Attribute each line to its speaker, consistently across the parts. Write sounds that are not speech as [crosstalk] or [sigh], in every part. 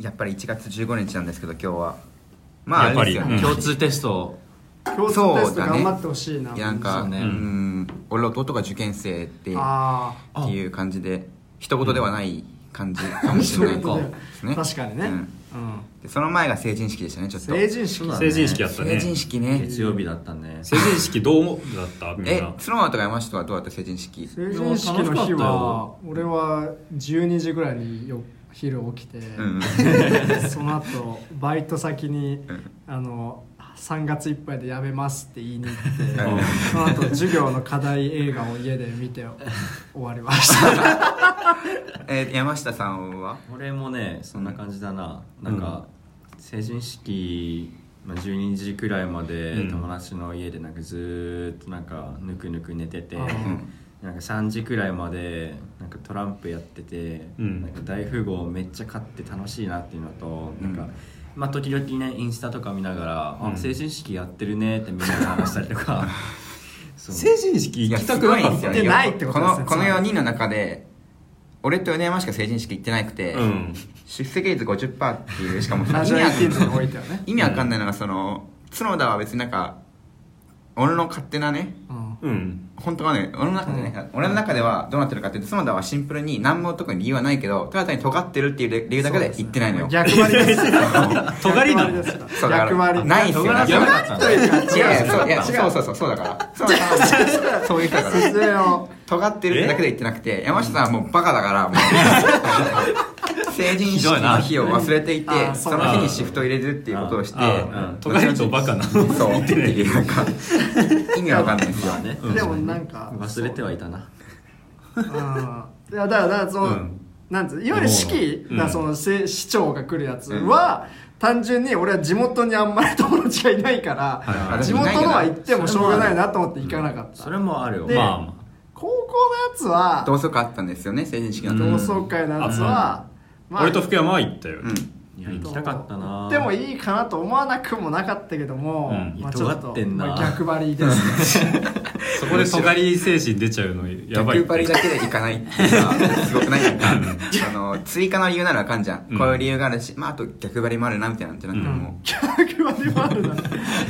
Speaker 1: やっぱり1月15日なんですけど今日はまああ
Speaker 2: やっぱ
Speaker 1: れで
Speaker 2: り
Speaker 1: すよね
Speaker 2: うん
Speaker 3: 共通テスト
Speaker 4: 共通テスト頑張ってほしいな、
Speaker 1: いやなんか
Speaker 3: そう
Speaker 1: う
Speaker 3: ね
Speaker 1: ん俺弟が受験生ってっ
Speaker 4: ああ
Speaker 1: ていう感じで一言ではない感じかもし
Speaker 4: そう
Speaker 1: れ
Speaker 4: い
Speaker 1: な
Speaker 4: う
Speaker 1: い
Speaker 4: こと
Speaker 1: です
Speaker 4: で
Speaker 1: ね
Speaker 4: 確かにね、
Speaker 1: う
Speaker 4: うんん
Speaker 1: でその前が成人式でしたねちょっと
Speaker 4: 成人式
Speaker 2: 成人式やったね
Speaker 1: 成人式ね
Speaker 5: 月曜日だったね
Speaker 2: 成人式どう思だったみん
Speaker 1: え
Speaker 2: な
Speaker 1: スノーマンとか山下とはどうだった成人式
Speaker 4: 成人式の
Speaker 5: い
Speaker 4: 日
Speaker 5: や楽しかった
Speaker 4: は
Speaker 5: よ
Speaker 4: 俺は12時ぐらいによ昼起きて、
Speaker 1: うん
Speaker 4: [laughs]
Speaker 1: [laughs]
Speaker 4: その後バイト先に、
Speaker 1: ん
Speaker 4: あの3月いっぱいでやめますって言いに行って、
Speaker 1: うん
Speaker 4: その後授業の課題映画を家で見て終わりました
Speaker 1: えー山下さんは
Speaker 5: 俺もねそんな感じだな、なんか成人式、まあ、12時くらいま
Speaker 2: う
Speaker 5: で
Speaker 2: ん
Speaker 5: 友達の家でなんかずーっとなんかぬくぬく寝てて、
Speaker 4: うん
Speaker 5: なんか3時くらいまでなんかトランプやってて、
Speaker 2: うん
Speaker 5: なんか大富豪めっちゃ勝って楽しいなっていうのと、
Speaker 1: うん
Speaker 5: なんかまあ時々ねインスタとか見ながら、
Speaker 2: うん
Speaker 5: あ成人式やってるねってみんなで話したりとかそう
Speaker 2: 成人式行きたくなかっ
Speaker 1: す
Speaker 2: た
Speaker 1: ご
Speaker 4: い
Speaker 1: ですよ
Speaker 4: 行ってないってことですね
Speaker 1: のこの4人の中で俺と米山しか成人式行ってなくて、
Speaker 2: うん
Speaker 1: 出席率50%っていうしかも
Speaker 4: ラジオ
Speaker 1: 意味わ
Speaker 4: や
Speaker 1: か
Speaker 4: っ
Speaker 1: ん
Speaker 4: てんのにおいてはね、
Speaker 1: 意味わかんないのがその角田は別になんか俺の勝手なね
Speaker 4: うん
Speaker 2: うん
Speaker 1: 本当はね俺の中でね、俺の中ではどうなってるかっていうと角田はシンプルに何も特に理由はないけどただ単に尖ってるっていう理由だけで言ってないのよ
Speaker 4: 逆張りですから
Speaker 1: [laughs]
Speaker 2: 尖りなの
Speaker 4: 逆張ですから
Speaker 1: そうだから
Speaker 4: 逆張り
Speaker 1: ないんすよ
Speaker 4: 尖らせ
Speaker 2: やめ
Speaker 4: ないというか
Speaker 1: 違う違
Speaker 4: 違う
Speaker 1: うそういや
Speaker 4: 違
Speaker 1: そうそうそうそうだからそうだから
Speaker 4: [laughs]
Speaker 1: そういう人だから
Speaker 4: 説明を
Speaker 1: 尖ってるだけで言ってなくて山下さんはもうバカだからもう成人式の日を忘れてい
Speaker 4: ひどい
Speaker 1: て
Speaker 4: な
Speaker 1: その日にシフト入れるっていうことをして
Speaker 2: ああ尖りとバカな
Speaker 1: そうっていうなんか意味わかんないんですよ
Speaker 5: まあね
Speaker 4: でもなんか
Speaker 5: 忘れてはいたな
Speaker 4: うんいやだからだからその、
Speaker 2: うん
Speaker 4: なんつういわゆる式、
Speaker 2: うん
Speaker 4: だからそのせ市長が来るやつ
Speaker 1: うん
Speaker 4: は、単純に俺は地元にあんまり友達がいないから、
Speaker 2: はいはい
Speaker 4: 地元のは行ってもしょうがないなと思って行かなかった、
Speaker 5: それもあるよ、
Speaker 4: で
Speaker 2: まあま
Speaker 4: 高校のやつ
Speaker 1: 同
Speaker 4: は
Speaker 1: 窓会あったんですよね成人式の
Speaker 5: う
Speaker 1: 時
Speaker 5: ん
Speaker 4: 同窓会のやつは、
Speaker 2: あ俺と福山は行ったよ
Speaker 1: うん
Speaker 5: いや行きたかったな
Speaker 4: でもいいかなと思わなくもなかったけども、
Speaker 2: うん
Speaker 4: まあちょっ
Speaker 5: 尖っ
Speaker 4: と
Speaker 5: てんな
Speaker 4: まあ逆張りですね
Speaker 2: そこで尖り精神出ちゃうのやばい
Speaker 1: 逆張りだけで行かないっていうのはすごくないなんかあの追加の理由ならあかんじゃん、
Speaker 2: うん
Speaker 1: こういう理由があるし、まあ、あと逆張りもあるなみたいなんてなんかも
Speaker 4: 逆張りもあるない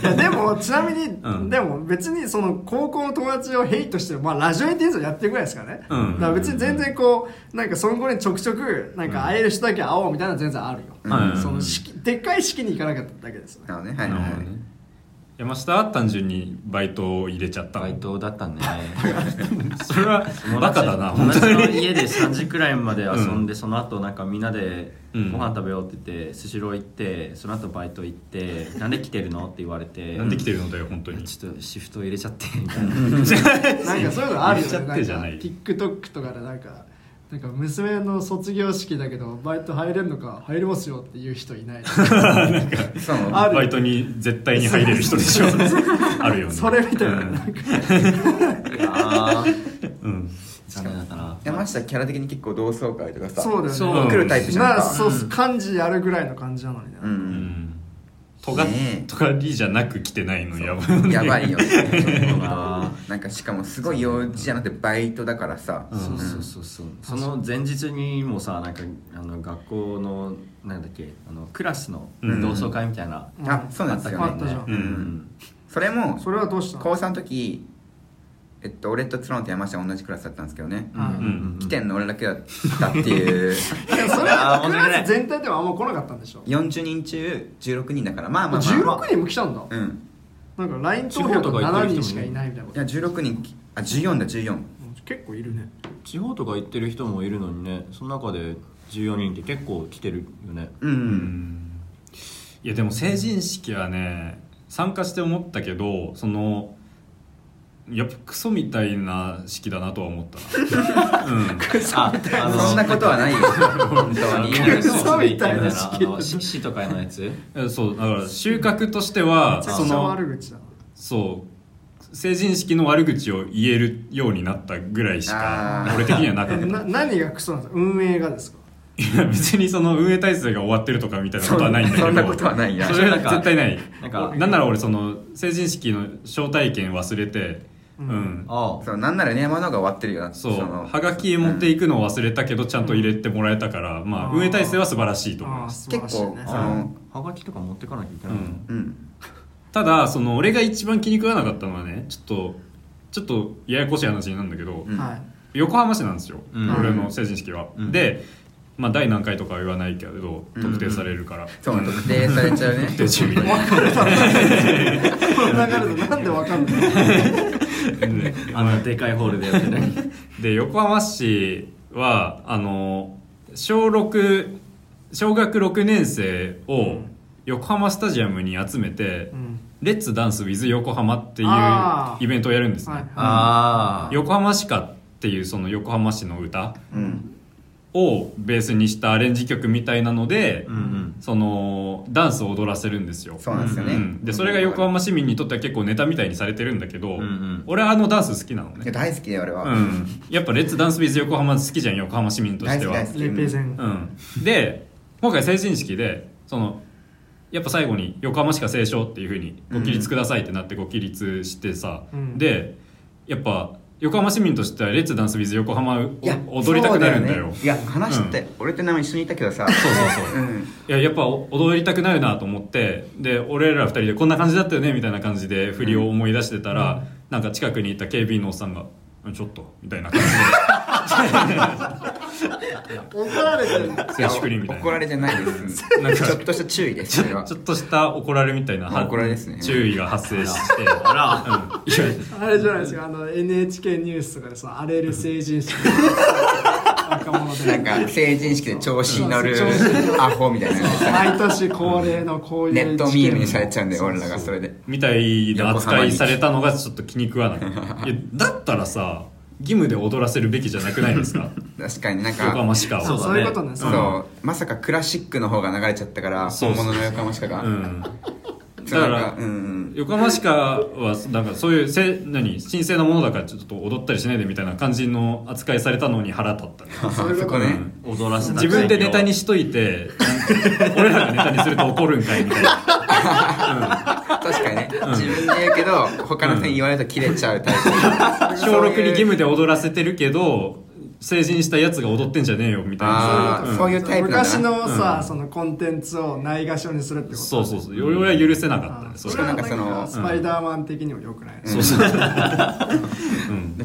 Speaker 4: やでもちなみに、
Speaker 2: うん
Speaker 4: でも別にその高校の友達をヘイトしてる、まあ、ラジオエンティーズをやってるぐらいですからね、
Speaker 2: うん
Speaker 4: だから別に全然こうなんかその後にちょくちょくなんか会える人だけ会おうみたいなのは全然あるよ、
Speaker 2: うん
Speaker 4: その式でっかい式に行かなかっただけですよ
Speaker 1: う
Speaker 4: ね
Speaker 1: なのねはいは
Speaker 2: ない
Speaker 1: は
Speaker 2: るほど
Speaker 1: い、
Speaker 2: ね山下は単純にバイトを入れちゃった
Speaker 5: バイトだったね
Speaker 2: それはバカだな
Speaker 5: 友
Speaker 2: 本
Speaker 5: 達
Speaker 2: 当
Speaker 5: の
Speaker 2: に
Speaker 5: 家で3時くらいまで遊んで、その後なんかみんなでご
Speaker 2: うん
Speaker 5: 飯食べようって言ってスシロー行ってその後バイト行って「なんで来てるの?」って言われて
Speaker 2: なんで来てるのだよ本当に
Speaker 5: ちょっとシフト入れちゃってみたいな
Speaker 4: なんかそういうのあるよ
Speaker 2: 言っちゃっ
Speaker 4: ねなんか
Speaker 2: てじゃない
Speaker 4: TikTok とかでなんかなんか娘の卒業式だけどバイト入れんのか入れますよっていう人いない
Speaker 1: そう
Speaker 4: ある
Speaker 2: バイトに絶対に入れる人でしょあるよね
Speaker 4: それみたいな,、
Speaker 2: うん
Speaker 4: なんか
Speaker 2: うん
Speaker 5: 残念だったな
Speaker 1: 山下キャラ的に結構同窓会とかさ
Speaker 4: そうだよね
Speaker 2: そう
Speaker 1: 来るタイプじゃん
Speaker 4: まあ
Speaker 1: か
Speaker 4: そう漢字やるぐらいの感じなのにね、
Speaker 1: う
Speaker 2: うんん尖っ
Speaker 1: ねえ
Speaker 2: 尖りじゃなく来てないのやばい
Speaker 1: やばいよ
Speaker 5: そうだな
Speaker 1: なんかしかもすごい用事じゃなくてバイトだからさ、
Speaker 5: そうそうそうそうその前日にもさなんかあの学校のなんだっけあのクラスの
Speaker 2: うん
Speaker 5: 同窓会みたいな、
Speaker 4: うん
Speaker 1: あそうなんですよ
Speaker 4: あったじゃ
Speaker 1: ね
Speaker 2: う
Speaker 4: ん
Speaker 5: うんん
Speaker 1: それも
Speaker 4: それはどうしたの
Speaker 1: 高3の時えっと俺と角田と山下が同じクラスだったんですけどね、
Speaker 4: うん
Speaker 2: うんうん
Speaker 1: 来てんの俺だけだったっていう
Speaker 4: いやそれ
Speaker 5: あ
Speaker 4: は
Speaker 5: ー申
Speaker 4: ク
Speaker 5: し訳ない
Speaker 4: ラス全体ではあんま来なかったんでしょ
Speaker 1: 40人中16人だからまあまあまあ、まあ、
Speaker 4: 16人も来たんだ
Speaker 1: うん
Speaker 4: なんか LINE 投票とか7人しかいないみたいない
Speaker 1: や16人きあ14だ14
Speaker 4: 結構いるね
Speaker 5: 地方とか行ってる人もいるのにねその中で14人って結構来てるよ
Speaker 4: [laughs]
Speaker 5: ね
Speaker 1: う
Speaker 2: うんんいやでも成人式はね参加して思ったけどそのやっぱクソみたいな式だなとは思ったな、うん、
Speaker 5: ああ
Speaker 1: そんなことはないよ本当に
Speaker 4: 嘘みたいな
Speaker 5: あの獅子とかのやつ
Speaker 2: えそうだから収穫としては
Speaker 4: めちゃ
Speaker 2: そ
Speaker 4: くちゃ
Speaker 2: の
Speaker 4: 悪口だ
Speaker 2: そう成人式の悪口を言えるようになったぐらいし
Speaker 1: あ
Speaker 2: か
Speaker 1: ー
Speaker 2: 俺的にはなか
Speaker 4: え
Speaker 1: [laughs]
Speaker 2: った
Speaker 4: な何がクソなんですか運営がですか
Speaker 2: いや別にその運営体制が終わってるとかみたいなことはないんだけど
Speaker 1: そんなことはないや
Speaker 2: それは絶対ない
Speaker 5: なんか
Speaker 2: なんなら俺その成人式の招待券忘れてうん、
Speaker 5: あ
Speaker 1: そうなんなら山の方が終わってるよな
Speaker 2: そう
Speaker 1: の
Speaker 2: はがき持っていくのを忘れたけどちゃんと入れてもらえたから、まあ、
Speaker 4: あー
Speaker 2: 運営体制は素晴らしいと思い
Speaker 4: ああ
Speaker 2: ます
Speaker 4: 素晴らしいね
Speaker 1: 結構
Speaker 4: はい
Speaker 1: あ
Speaker 5: あはがきとか持ってかなきゃいけないの、
Speaker 2: うん
Speaker 1: うん
Speaker 2: ただその俺が一番気に食わなかったのはねちょっとちょっとややこしい話になるんだけど、
Speaker 1: うん
Speaker 4: はい
Speaker 2: 横浜市なんですよ、
Speaker 5: うん
Speaker 2: 俺の成人式は、
Speaker 5: うん
Speaker 2: で、まあ、第何回とかは言わないけど
Speaker 1: うん
Speaker 2: 特定されるから、
Speaker 1: そう特定されちゃうね
Speaker 2: 特定中みたいな
Speaker 4: この流れでなんでわかんない
Speaker 5: あのでかいホールでやってね
Speaker 2: [laughs] で横浜市はあの小6小学6年生を横浜スタジアムに集めて「
Speaker 4: うん
Speaker 2: レッツダンス with 横浜」っていう
Speaker 4: あー
Speaker 2: イベントをやるんですね、
Speaker 4: はい
Speaker 5: あ
Speaker 2: 横浜市歌っていうその横浜市の歌
Speaker 1: うん
Speaker 2: をベースにしたアレンジ曲みたいなので、
Speaker 5: うんうん
Speaker 2: そのダンスを踊らせるんですよ
Speaker 1: そうなんですよね、
Speaker 2: うんでそれが横浜市民にとっては結構ネタみたいにされてるんだけど、
Speaker 5: うんうん
Speaker 2: 俺はあのダンス好きなの
Speaker 1: いや
Speaker 2: ね、
Speaker 1: 大好きだよ俺は、
Speaker 2: うん、やっぱ「レッツダンスビズ横浜」好きじゃん横浜市民としては
Speaker 1: 大好き
Speaker 4: レペゼン
Speaker 2: うん、で今回成人式でそのやっぱ最後に「横浜市が斉唱」っていうふうに「ご起立ください」ってなってご起立してさ、
Speaker 4: うん
Speaker 2: でやっぱ横浜市民としては「レッツダンスビズ横浜を」
Speaker 1: いや
Speaker 2: 踊りたくなるんだ
Speaker 1: そう
Speaker 2: よ
Speaker 1: ねいや話って、俺って名前一緒にいたけどさそう
Speaker 2: そうそういややっぱ踊りたくなるなと思ってで俺ら二人でこんな感じだったよねみたいな感じで振りを思い出してたら、なんか近くにいた警備員のおっさんが「ちょっと」みたいな感じ
Speaker 4: 怒られてる
Speaker 2: で
Speaker 1: や
Speaker 2: しくりみたい
Speaker 1: 怒ら
Speaker 2: な
Speaker 1: れてないです
Speaker 2: なんか
Speaker 1: ちょっとした注意ですそれは
Speaker 2: ちょっとした怒られみたいなは
Speaker 1: 怒られですね
Speaker 2: 注意が発
Speaker 1: [laughs]
Speaker 2: 生して
Speaker 5: あら
Speaker 2: うんいや
Speaker 4: あれじゃないですかあの NHK ニュースとかでさ荒れる成人式若者で
Speaker 1: なんか成人式で調子に乗る
Speaker 4: そうそう調子に乗る
Speaker 1: アホみたいなのさ
Speaker 4: [laughs] 毎年恒例のこういう
Speaker 1: ネットミームにされ
Speaker 4: て
Speaker 1: ちゃうんで俺らがそれで
Speaker 2: みたいな扱いされたのがちょっと気に食わないいやだったらさ義務で踊らせるべきじゃなくないですか
Speaker 1: 確かになん
Speaker 2: 横浜
Speaker 1: か
Speaker 2: 市川
Speaker 4: そう
Speaker 2: を
Speaker 4: そういうことね
Speaker 1: そううまさかクラシックの方が流れちゃったから
Speaker 2: そう
Speaker 1: 本
Speaker 2: そう
Speaker 1: 物の横浜しかが
Speaker 2: うん
Speaker 1: そうなん
Speaker 2: だから
Speaker 1: うんうん
Speaker 2: 横浜市川はなんかそういうせ何神聖なものだからちょっと踊ったりしないでみたいな感じの扱いされたのに腹立ったね、
Speaker 1: あ
Speaker 4: そういう
Speaker 1: そ
Speaker 4: こ
Speaker 1: こと
Speaker 4: ね
Speaker 1: ね
Speaker 5: 踊らせた
Speaker 2: 自分でネタにしといて俺らがネタにすると怒るんかいみたいな
Speaker 1: 確かにね自分で言うけど他の人に言われると切れちゃうタイプ
Speaker 2: 小6に義務
Speaker 1: で
Speaker 2: で踊らせてるけど成人したやつが踊ってんじゃねえよみたい
Speaker 1: あ
Speaker 2: な
Speaker 1: あ
Speaker 2: うん
Speaker 1: そういうタイプなんだ
Speaker 4: 昔のさ、
Speaker 2: うん
Speaker 4: そのコンテンツをないがしろにするってこと
Speaker 2: そうそうそう俺は許せなかった
Speaker 4: あ
Speaker 2: ね
Speaker 4: ー
Speaker 2: そ
Speaker 4: そ
Speaker 2: れ
Speaker 4: れはなん
Speaker 1: それはなん
Speaker 4: か
Speaker 1: か
Speaker 2: そ
Speaker 4: ス
Speaker 2: の
Speaker 4: パイダーマン的にも良くない、
Speaker 2: そうそう。うん。
Speaker 1: だ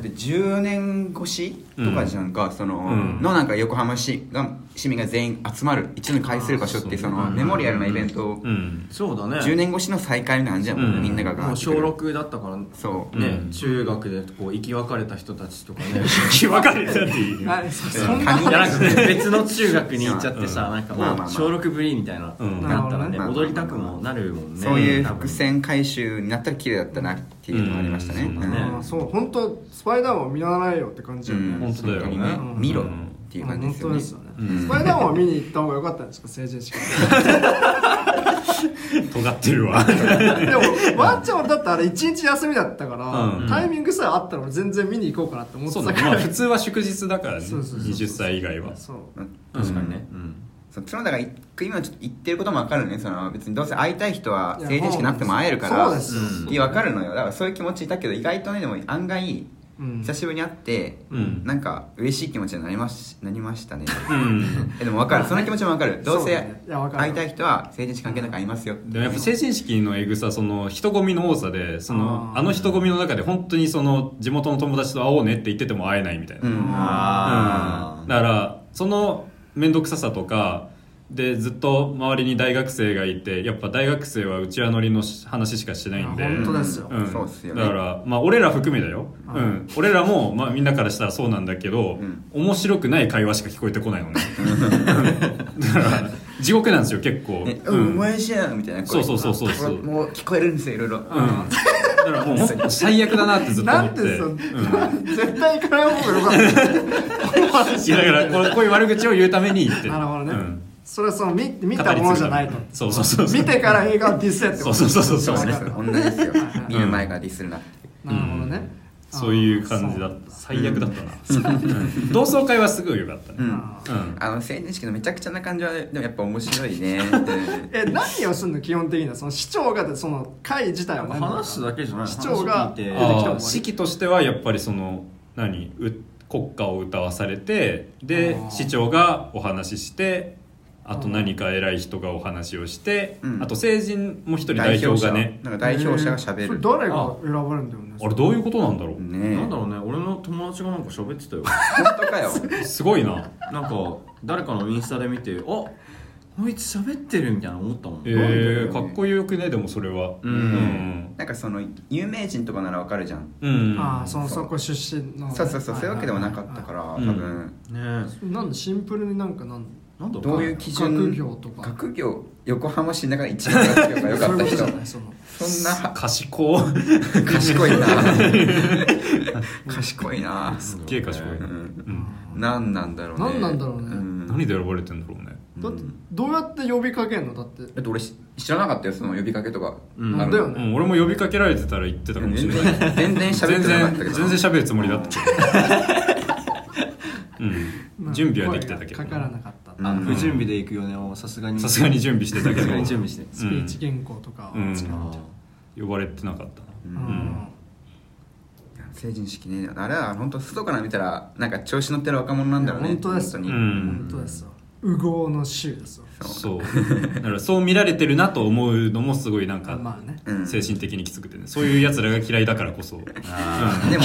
Speaker 1: って10年越しとかじゃんか、その、
Speaker 2: うん
Speaker 1: のなんか横浜市が市民が全員集まる一度に会する場所ってそのメモリアルなイベントを
Speaker 2: うん。
Speaker 5: そうだね
Speaker 1: 10年越しの再会みたいな感じやもん、
Speaker 2: うん
Speaker 1: みんなが
Speaker 5: も
Speaker 1: ガー
Speaker 5: う
Speaker 1: ッて
Speaker 5: 小
Speaker 1: 来る
Speaker 5: 6だったからね、
Speaker 1: そう、
Speaker 2: うん
Speaker 5: 中学でこう生き別れた人たち
Speaker 2: [laughs]
Speaker 5: とかね
Speaker 2: 分かれたっていう。
Speaker 4: あそそんな
Speaker 1: カ
Speaker 5: いやなんか別の中学に行っちゃってさ、
Speaker 2: うん
Speaker 5: なんか
Speaker 1: まあまあま
Speaker 5: も
Speaker 1: あ
Speaker 5: う小6ぶりみたいな、
Speaker 2: うん
Speaker 5: なったらね、
Speaker 1: なるほどね
Speaker 5: 踊りたくもなるもんね
Speaker 1: そういう
Speaker 5: 多分
Speaker 1: 伏線回収になったら綺麗だったなっていうのがありましたね、
Speaker 2: うん
Speaker 5: そうだね
Speaker 4: あーそう本当スパイダーマンを見習えよって感じよね、
Speaker 1: うん
Speaker 2: 本当だよね
Speaker 1: にね、
Speaker 4: うん
Speaker 1: 見ろっていう感じですよ
Speaker 4: あ本当
Speaker 1: ね
Speaker 4: ですよね、
Speaker 2: うん
Speaker 4: スパイダーマンを見に行った方が良かったんですか成人式
Speaker 2: 尖ってる
Speaker 4: [laughs]
Speaker 2: わ。
Speaker 4: でもワンちゃんはだってあれ一日休みだったから、
Speaker 2: うん
Speaker 4: タイミングさえあったら俺全然見に行こうかなって思っ
Speaker 2: [laughs]
Speaker 4: て
Speaker 2: そう
Speaker 4: た
Speaker 2: だね。
Speaker 4: か
Speaker 2: ま
Speaker 4: ら
Speaker 2: あ普通は祝日だからね。
Speaker 4: そうそうそうそう
Speaker 2: 20歳以外は。
Speaker 4: そう
Speaker 1: うん
Speaker 5: 確かにね、うん
Speaker 1: そう角田がい今ちょっと言ってることも分かるねその別にどうせ会いたい人はい
Speaker 4: や
Speaker 1: 成人式なくても会えるから
Speaker 4: そうですよ
Speaker 1: いや分かるのよだからそういう気持ちいたけど意外とねでも案外
Speaker 4: うん
Speaker 1: 久しぶりに会って、
Speaker 2: うん
Speaker 1: なんか嬉しい気持ちになりましなりましたね
Speaker 2: うん。
Speaker 1: えでも分かるその気持ちも分かるどう
Speaker 4: そう
Speaker 1: せ
Speaker 4: だねいや分かる
Speaker 1: 会いたい人は成人式関係なく会いますよ
Speaker 2: でもやっぱ成人式のえぐさその人混みの多さでその
Speaker 4: あー
Speaker 2: あの人混みの中で本当にその地元の友達と会おうねって言ってても会えないみたいな、
Speaker 1: う
Speaker 2: うん
Speaker 1: ん
Speaker 5: あ
Speaker 2: だからその面倒くささとかでずっと周りに大学生がいてやっぱ大学生はうちわ乗りの話しかしてないんで
Speaker 4: あ本当ですよ
Speaker 2: うん、
Speaker 1: そうっすよね
Speaker 2: だからまあ俺ら含めだよ、
Speaker 4: う
Speaker 2: うんん俺らも、まあ、みんなからしたらそうなんだけど、
Speaker 1: うん
Speaker 2: 面白くない会話しか聞こえて
Speaker 1: [laughs]
Speaker 2: こないのねだから地獄なんですよ結構、
Speaker 1: ね
Speaker 2: う
Speaker 1: うんん、お前じゃんみたいな
Speaker 2: そうそうそうそう
Speaker 1: あこれもう聞こえるんですよいろいろ、
Speaker 2: うんだからもう本当に最悪だなってずっと思
Speaker 4: な
Speaker 2: っ
Speaker 4: ん
Speaker 2: て
Speaker 4: でそ、
Speaker 2: うん
Speaker 4: 絶対行かない方が良かった
Speaker 2: いやだからこうこういう悪口を言うために言って
Speaker 4: なるほどね、
Speaker 2: うん
Speaker 4: それはその見見
Speaker 2: 語
Speaker 4: た
Speaker 2: り継ぐ
Speaker 4: ものじゃないと
Speaker 2: そうそうそうそう
Speaker 4: 見てから映画をディスやってこと
Speaker 2: そうそうそうそう
Speaker 1: そう
Speaker 4: な
Speaker 1: です
Speaker 4: るほど
Speaker 1: 同じですよ
Speaker 4: はいはい
Speaker 1: 見る前からディスるなって
Speaker 4: なるほどね、
Speaker 2: そういう感じだっ
Speaker 4: あ
Speaker 2: た最悪だったな、うん同窓会はすごい良かったね、
Speaker 1: う
Speaker 2: うんん
Speaker 4: あー
Speaker 1: あの成人式のめちゃくちゃな感じはでもやっぱ面白い
Speaker 2: [laughs]
Speaker 1: ね
Speaker 4: え何をするの基本的にはその市長がその会自体は何なの
Speaker 5: 話すだけじゃない
Speaker 4: 市長が
Speaker 5: 話聞いて
Speaker 4: 出てきた
Speaker 2: あ
Speaker 4: も
Speaker 2: ー
Speaker 4: んね
Speaker 2: 式としてはやっぱりその何う国歌を歌わされてで
Speaker 4: あー
Speaker 2: 市長がお話ししてあと
Speaker 4: うん
Speaker 2: 何か偉い人がお話をして、
Speaker 1: うん
Speaker 2: あと成人も一人代表がね
Speaker 1: なんか代表者がしゃべ
Speaker 4: それ
Speaker 1: る、
Speaker 4: 誰が選ばれるんだよね
Speaker 2: あれどういうことなんだろう
Speaker 1: ねえ
Speaker 5: なんだろうね俺の友達がなんか喋ってたよ
Speaker 1: 本当か
Speaker 4: [laughs]
Speaker 1: よ
Speaker 2: すごいな
Speaker 5: なんか誰かのインスタで見てあこいつ喋ってるみたいな思ったもん、
Speaker 2: え
Speaker 1: よね
Speaker 2: ー、かっこよくねでもそれはう
Speaker 5: う
Speaker 2: ん
Speaker 5: ん
Speaker 1: なんかその有名人とかならわかるじゃん
Speaker 2: うん
Speaker 4: ああそのそこ出身の
Speaker 1: そうそうそうそういうわけでもなかった
Speaker 4: ら
Speaker 1: から多
Speaker 2: いはい
Speaker 1: 分
Speaker 5: ね
Speaker 4: なんでシンプルになんかな
Speaker 5: え
Speaker 4: ん
Speaker 5: なんだろ
Speaker 1: どういう基準
Speaker 4: 学業とか
Speaker 1: 学業横浜市の中で一番学業が良かった人
Speaker 4: [laughs] そういうことじゃないその
Speaker 1: そんな
Speaker 2: 賢い
Speaker 1: 賢
Speaker 4: [laughs]
Speaker 1: いな賢いな
Speaker 2: すっげえ賢い、
Speaker 5: う
Speaker 1: うん
Speaker 2: うん、
Speaker 1: 何なんだろうね
Speaker 4: 何なんだろうね
Speaker 1: ん
Speaker 2: 何で選ばれてんだろうね
Speaker 4: だってどうやって呼びかけんのだって
Speaker 1: だって俺し知らなかったよその呼びかけとか
Speaker 5: うん
Speaker 1: あるの
Speaker 4: だよね
Speaker 2: うん、俺も呼びかけられてたら言ってたかもし
Speaker 1: 全
Speaker 2: れない
Speaker 1: 然全然喋ってなかったけど
Speaker 2: 全然全然喋るつもりだったけ
Speaker 4: [laughs]
Speaker 2: ど、うん、準備はできてたけど
Speaker 4: 声がかからなかった
Speaker 1: うん
Speaker 5: あ不準備で行くよねはさすがに
Speaker 2: さすがに準備してた
Speaker 5: さ
Speaker 2: け
Speaker 5: すがに準
Speaker 2: ど
Speaker 5: 備して
Speaker 4: スピーチ原稿とかを使う
Speaker 5: あ
Speaker 2: 呼ばれてなかったな
Speaker 1: うん
Speaker 4: うん
Speaker 1: 成人式ねあれは本当外から見たらなんか調子乗ってる若者なんだろうね
Speaker 4: 本当です
Speaker 1: 本に
Speaker 2: う
Speaker 4: 本
Speaker 2: ん
Speaker 4: 当ですよ右往の衆ですよ
Speaker 1: そう
Speaker 2: そうだからそう見られてるなと思うのもすごいなんか、
Speaker 4: まあね
Speaker 1: うん
Speaker 2: 精神的にきつくてねそういうやつらが嫌いだからこそ、
Speaker 5: あ
Speaker 1: でも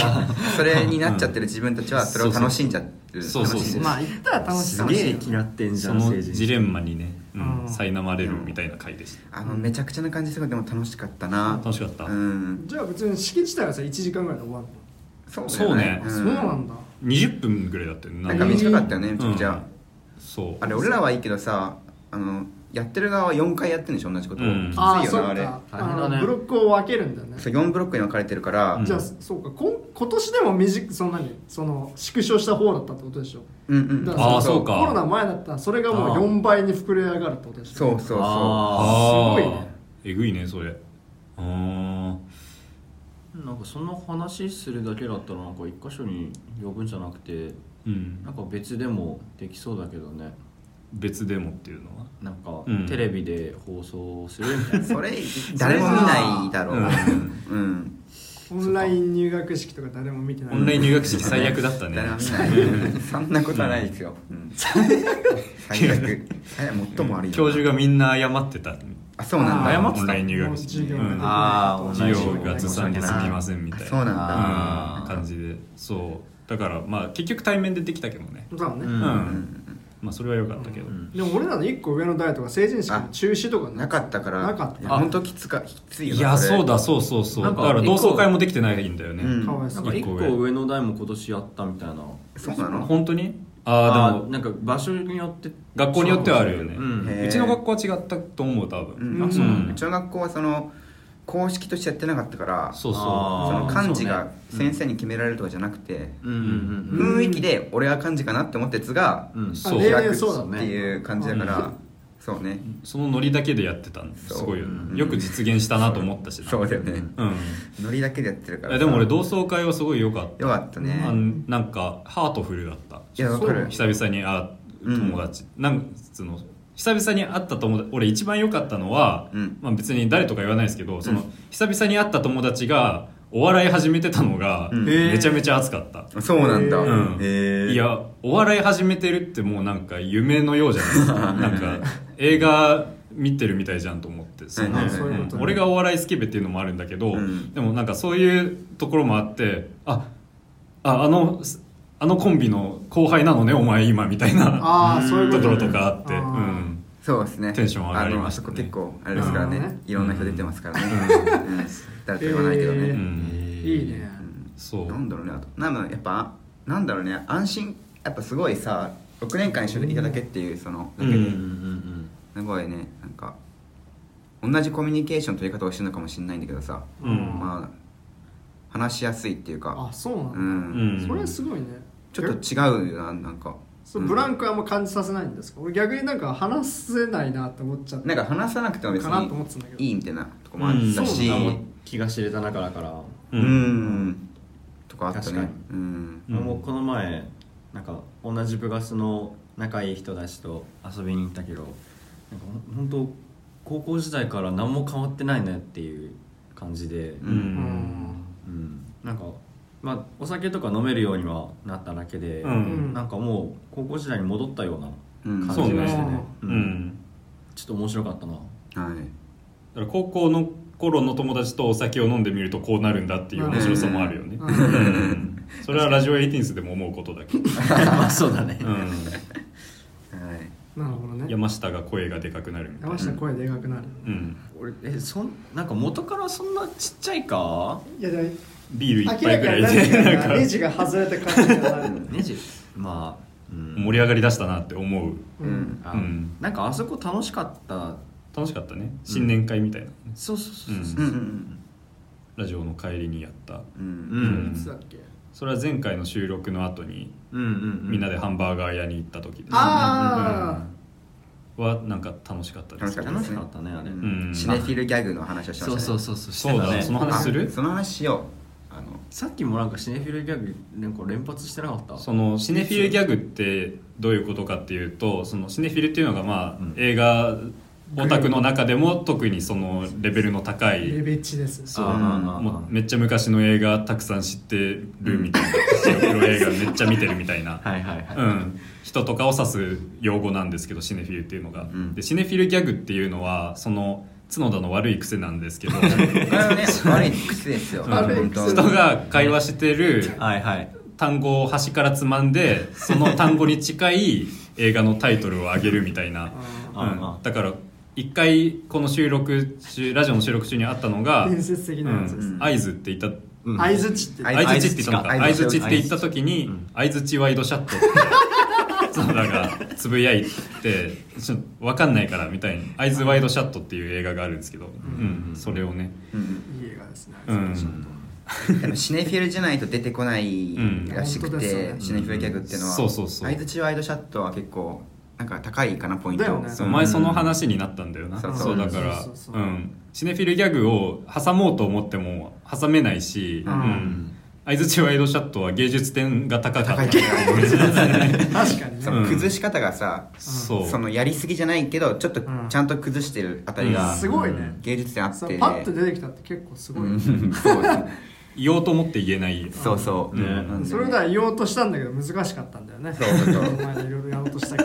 Speaker 1: それになっちゃってる自分たちはそれを楽しんじゃってる
Speaker 2: そうそう
Speaker 1: 楽しんでる
Speaker 4: まあ言ったら楽しい
Speaker 5: す
Speaker 4: かもし
Speaker 5: げ
Speaker 4: れ
Speaker 5: え
Speaker 4: ない
Speaker 5: 嫌ってんじゃ
Speaker 2: そ
Speaker 5: ん
Speaker 2: の
Speaker 5: 成人
Speaker 2: ジレンマにね、うん
Speaker 4: うん
Speaker 2: 苛まれるみたいな回でし
Speaker 1: あのめちゃくちゃな感じすごいでも楽しかったな
Speaker 2: た楽しかった、
Speaker 1: うん
Speaker 4: じゃあ別に式自体はさ1時間ぐらいで終わる
Speaker 1: そうだ
Speaker 2: そ
Speaker 1: よ
Speaker 2: うね
Speaker 4: のそうなんだ
Speaker 2: 20分ぐらいだったよね
Speaker 1: なんか短かったよねめちゃくち
Speaker 2: うん
Speaker 1: ゃ
Speaker 2: そう
Speaker 1: あれ俺らはいいけどさあのやってる側は4回やってるんでしょ同じことを
Speaker 2: う
Speaker 1: き
Speaker 2: ん
Speaker 1: つい
Speaker 4: ああ
Speaker 1: よ
Speaker 4: そ
Speaker 1: なあ
Speaker 4: う
Speaker 1: れ
Speaker 4: か
Speaker 5: 大変だ
Speaker 4: あ
Speaker 5: ね
Speaker 4: のブロックを分けるんだよね
Speaker 1: そう4ブロックに分かれてるから
Speaker 2: うん
Speaker 4: じゃあそうかこん今年でも短くそんなにその縮小した方だったってことでしょ
Speaker 1: うんうん
Speaker 4: だ
Speaker 2: あーそうか
Speaker 4: コロナ前だったらそれがもう4倍に膨れ上がるってことでし
Speaker 1: そ
Speaker 4: ょ
Speaker 1: うそうそ
Speaker 2: あー
Speaker 4: すごいね
Speaker 2: えぐいねそれあー
Speaker 5: なんかその話するだけだったらなんか一箇所に呼ぶんじゃなくて
Speaker 2: うん
Speaker 5: なんか別でもできそうだけどね
Speaker 2: 別デモっていうのは
Speaker 5: なんか
Speaker 2: うん
Speaker 5: テレビで放送する
Speaker 2: [laughs]
Speaker 5: みたいな
Speaker 1: うそれ誰も見ないだろううん
Speaker 4: オンライン入学式とか誰も見てない
Speaker 2: オンライン入学式最悪だったね
Speaker 1: 誰も見
Speaker 2: [laughs]
Speaker 1: ないそんなことはないですようん最悪最悪最も悪いよ
Speaker 2: [laughs] 教授がみんな謝ってた
Speaker 1: あそうなんだ
Speaker 4: あ
Speaker 2: 謝
Speaker 4: ー
Speaker 2: ってたオンライン入学式
Speaker 4: 授業ができないと
Speaker 5: あー
Speaker 2: 授業がずさんにすぎませんみたいな
Speaker 1: そうなん
Speaker 5: あ
Speaker 1: だ
Speaker 2: うん感じでそうだからまあ結局対面でできたけどね
Speaker 4: そうだね、
Speaker 2: う、
Speaker 5: うんん
Speaker 2: まあそれは良かったけど、
Speaker 5: うん
Speaker 4: でも俺らの1個上の代とか成人式の中止とか
Speaker 1: なかったから
Speaker 4: なかった
Speaker 1: いや本当きつかきついよ
Speaker 2: いや
Speaker 1: れ
Speaker 2: そうだそうそうそう
Speaker 5: な
Speaker 2: だ
Speaker 5: んか
Speaker 2: から同窓会もできてないんだよ
Speaker 1: う
Speaker 2: ね、
Speaker 1: ん
Speaker 4: かわいそ
Speaker 5: な
Speaker 4: うん
Speaker 5: か一個上の代も今年やったみたいな
Speaker 1: そうなの
Speaker 2: 本当にああでも
Speaker 5: なんか場所によって
Speaker 2: 学校によってはあるよね
Speaker 5: うん
Speaker 1: へー
Speaker 2: うちの学校は違ったと思う多
Speaker 1: う
Speaker 2: 分、
Speaker 1: ん
Speaker 4: あそうなん
Speaker 1: う
Speaker 2: だ
Speaker 1: ちの学校はその公式としてやってなかったからそ
Speaker 2: そうそう
Speaker 5: あ
Speaker 1: の
Speaker 5: ー
Speaker 1: 漢字が
Speaker 5: そうね
Speaker 1: 先生に決められるとかじゃなくて
Speaker 5: うんうんうん
Speaker 1: 雰囲気で俺は漢字かなって思ったやつが
Speaker 5: うん
Speaker 2: そ
Speaker 4: あ
Speaker 2: う
Speaker 4: 例
Speaker 1: 開
Speaker 4: 年
Speaker 1: く
Speaker 4: そうだ
Speaker 1: っていう感じだからそうね
Speaker 2: そのノリだけでやってたのすごいよ、
Speaker 1: そう
Speaker 2: ね、よく実現したなと思ったしな
Speaker 1: そうだよね
Speaker 2: うん
Speaker 1: ノリだけでやってるか
Speaker 2: い
Speaker 1: ら
Speaker 2: やでも俺
Speaker 1: う
Speaker 2: 同窓会はすごい良かった
Speaker 1: よかった
Speaker 2: あ
Speaker 1: ね
Speaker 2: んなんかハートフルだった
Speaker 1: いやわかる
Speaker 2: 久々にあ
Speaker 1: うん
Speaker 2: 友達、なんつうの久々に会った友達俺一番良かったのは、
Speaker 1: うん
Speaker 2: まあ、別に誰とか言わないですけどその、
Speaker 1: うん
Speaker 2: 久々に会った友達がお笑い始めてたのが、
Speaker 1: うん
Speaker 2: めちゃめちゃ熱かった、
Speaker 1: そうなんだ
Speaker 2: うん
Speaker 1: へえ
Speaker 2: いやお笑い始めてるってもうなんか夢のようじゃないですか
Speaker 1: [laughs]
Speaker 2: なんか映画見てるみたいじゃんと思ってその
Speaker 1: はいはい
Speaker 4: はいそういうことね
Speaker 2: 俺がお笑いスケベっていうのもあるんだけど、
Speaker 1: うん
Speaker 2: でもなんかそういうところもあってあああのあのコンビの後輩なのねお前今みたいな
Speaker 4: ああそういうこ
Speaker 2: と
Speaker 4: と
Speaker 2: ころ
Speaker 4: ね
Speaker 2: とかあって
Speaker 4: あー
Speaker 2: うん
Speaker 1: そうですね
Speaker 2: テンション上がりましたね
Speaker 1: あのあそこ結構あれですから
Speaker 4: なるほど
Speaker 1: ね
Speaker 4: ね
Speaker 1: いろんな人出てますからねうん誰と
Speaker 4: え
Speaker 1: 言わないけど
Speaker 4: ー
Speaker 1: ね
Speaker 2: うん
Speaker 4: いいね
Speaker 2: そう
Speaker 1: なんだろうねあとなんだろうやっぱなんだろうね安心やっぱすごいさ6年間一緒でいただけっていうそのだけで、
Speaker 2: う
Speaker 5: うんうんうん
Speaker 1: すごいねなんか同じコミュニケーションの取り方をしてるのかもしれないんだけどさ、
Speaker 2: うん
Speaker 1: まあ話しやすいっていう
Speaker 4: あ
Speaker 1: か
Speaker 4: そうなんだ、
Speaker 1: うん、
Speaker 2: うん
Speaker 4: それすごいね
Speaker 1: ちょっと違うよななんか
Speaker 4: そうブランクはあんま感じさせないんですか、俺逆になんか話せないなって思っちゃって
Speaker 1: なんか話さなくても別
Speaker 4: かなと思ってたんだ
Speaker 1: に
Speaker 4: けど
Speaker 1: いいみたいなとこもあったし
Speaker 5: そううな
Speaker 1: ん
Speaker 5: んだ気が知れた中だから
Speaker 2: うん
Speaker 1: ととかあった
Speaker 5: 確か
Speaker 1: ね
Speaker 5: に
Speaker 1: うん
Speaker 2: うん
Speaker 5: もうこの前なんか同じ部活の仲いい人たちと遊びに行ったけどなんかほんほんと高校時代から何も変わってないねっていう感じで、
Speaker 1: う
Speaker 2: うんん
Speaker 5: うんなんか、まあ、お酒とか飲めるようにはなっただけで、
Speaker 2: うん
Speaker 5: なんかもう高校時代に戻ったような
Speaker 1: うん
Speaker 5: 感
Speaker 1: そう
Speaker 5: じがしてね、
Speaker 2: う
Speaker 5: うん
Speaker 2: ん
Speaker 5: ちょっと面白かったな
Speaker 1: はい
Speaker 2: だから高校の頃の友達とお酒を飲んでみるとこうなるんだっていう面白さもあるよね、
Speaker 4: う
Speaker 2: うんんそれはラジオエイティーンスでも思うことだけど、
Speaker 5: まあそうだね、
Speaker 2: う
Speaker 1: はい
Speaker 4: なるほど
Speaker 2: ん、
Speaker 4: ね
Speaker 2: 山下が声がでかくなるみたい
Speaker 4: 山
Speaker 2: な、
Speaker 4: 下声でかくなる
Speaker 2: うん、
Speaker 5: 俺えそんなんか元からそんなちっちゃいか
Speaker 4: いやでも
Speaker 2: ビール
Speaker 4: 明
Speaker 2: 一
Speaker 4: ら
Speaker 2: 杯ぐ
Speaker 4: からにない
Speaker 2: で
Speaker 4: ん
Speaker 2: なんか
Speaker 4: かネジが外れた感じがある
Speaker 5: ネジまあ、うん
Speaker 2: 盛り上がりだしたなって思う
Speaker 4: うん
Speaker 5: あ
Speaker 2: うん
Speaker 5: なんかあそこ楽しかった
Speaker 2: 楽しかったね新年会みたいな、
Speaker 5: そうそうそう
Speaker 1: う
Speaker 5: そ
Speaker 1: ん
Speaker 5: う、
Speaker 2: ラジオの帰りにやった
Speaker 1: うんうん
Speaker 5: う
Speaker 2: うん
Speaker 5: ん、
Speaker 4: いつだっけ
Speaker 2: それは前回の収録の後に
Speaker 5: うんうんうん
Speaker 2: みんなでハンバーガー屋に行った時です、
Speaker 4: あ
Speaker 2: はなんか楽しかったです
Speaker 5: 楽しかったねあれ、
Speaker 2: ん
Speaker 1: シネフィルギャグの話をしました
Speaker 5: そう
Speaker 1: ね
Speaker 5: そうそうそうして
Speaker 2: そう
Speaker 5: た
Speaker 2: だ
Speaker 5: ね
Speaker 2: その話する
Speaker 1: あその話しようあの
Speaker 5: さっきもなんかシネフィルギャグなんか連発してなかった
Speaker 2: そのシネフィルギャグってどういうことかっていうとそのシネフィルっていうのがまあ、
Speaker 5: うん
Speaker 2: 映画オタクの中でも特にそのレベルの高
Speaker 4: ーレ
Speaker 2: い
Speaker 4: ベッチです
Speaker 1: う
Speaker 5: あーあー
Speaker 2: もう
Speaker 5: あー
Speaker 2: めっちゃ昔の映画たくさん知ってるみたい [laughs] な白黒映画めっちゃ見てるみたいな
Speaker 5: はいはいはい、
Speaker 2: うん、人とかを指す用語なんですけどシネフィルっていうのが、
Speaker 1: ん
Speaker 2: でシネフィルギャグっていうのはその角田の悪い癖なんですけど
Speaker 1: これはね悪い癖ですよ
Speaker 4: [laughs] 悪い
Speaker 1: 本
Speaker 4: 癖
Speaker 1: 当
Speaker 2: [laughs] 人が会話してる
Speaker 5: はいはい
Speaker 2: 単語を端からつまんでその単語に近い映画のタイトルを上げるみたいな、
Speaker 4: あ
Speaker 5: あー
Speaker 2: うんだから一回この収録中ラジオの収録中にあったのが
Speaker 4: ー伝説的
Speaker 2: う
Speaker 4: なやつです
Speaker 2: ん合図って言った
Speaker 5: うん
Speaker 4: 相づちって
Speaker 1: 相
Speaker 2: 相槌って言ったのか
Speaker 1: 相
Speaker 2: 相
Speaker 1: 槌
Speaker 2: 槌
Speaker 1: か
Speaker 2: って言った時に
Speaker 5: うん
Speaker 2: 相槌ワイドシャットって角田がつぶやいてちょっと分かんないからみたいに「会津ワイドシャット」っていう映画があるんですけど、うんそれをね
Speaker 1: うん
Speaker 4: いい映画ですね
Speaker 2: うん
Speaker 1: でもシネフィルじゃないと出てこないらしく
Speaker 4: うん本当です
Speaker 1: て、
Speaker 4: よね
Speaker 1: シネフィルギャグっていうのは
Speaker 2: そうそうそう
Speaker 1: 相槌ワイドシャットは結構なんか高いかなポイント
Speaker 4: だよね
Speaker 2: お
Speaker 1: そう
Speaker 2: 前その話になったんだよな、
Speaker 1: そうそう
Speaker 2: そうだから
Speaker 4: そうそうそう
Speaker 2: うんシネフィルギャグを挟もうと思っても挟めないし、
Speaker 4: う
Speaker 2: うんん、相槌ワイドシャットは芸術点が高かった
Speaker 1: 高いけど
Speaker 4: 確かに
Speaker 1: そ
Speaker 4: ね
Speaker 1: の
Speaker 2: うん
Speaker 1: 崩し方がさ、
Speaker 2: [laughs] そう
Speaker 1: そのやりすぎじゃないけどちょっと
Speaker 4: うん
Speaker 1: ちゃんと崩してるあたりが、
Speaker 2: うん
Speaker 4: すごいね
Speaker 1: 芸術点あって
Speaker 4: そうパッと出てきたって結構すごい
Speaker 1: うんそう
Speaker 2: 言おうと思って言えない
Speaker 1: そうそう、
Speaker 2: ね
Speaker 1: なんで
Speaker 4: それでは言おうとしたんだけど難しかったんだよね
Speaker 1: そうそうそう
Speaker 4: お前いろいろやろうとしたけ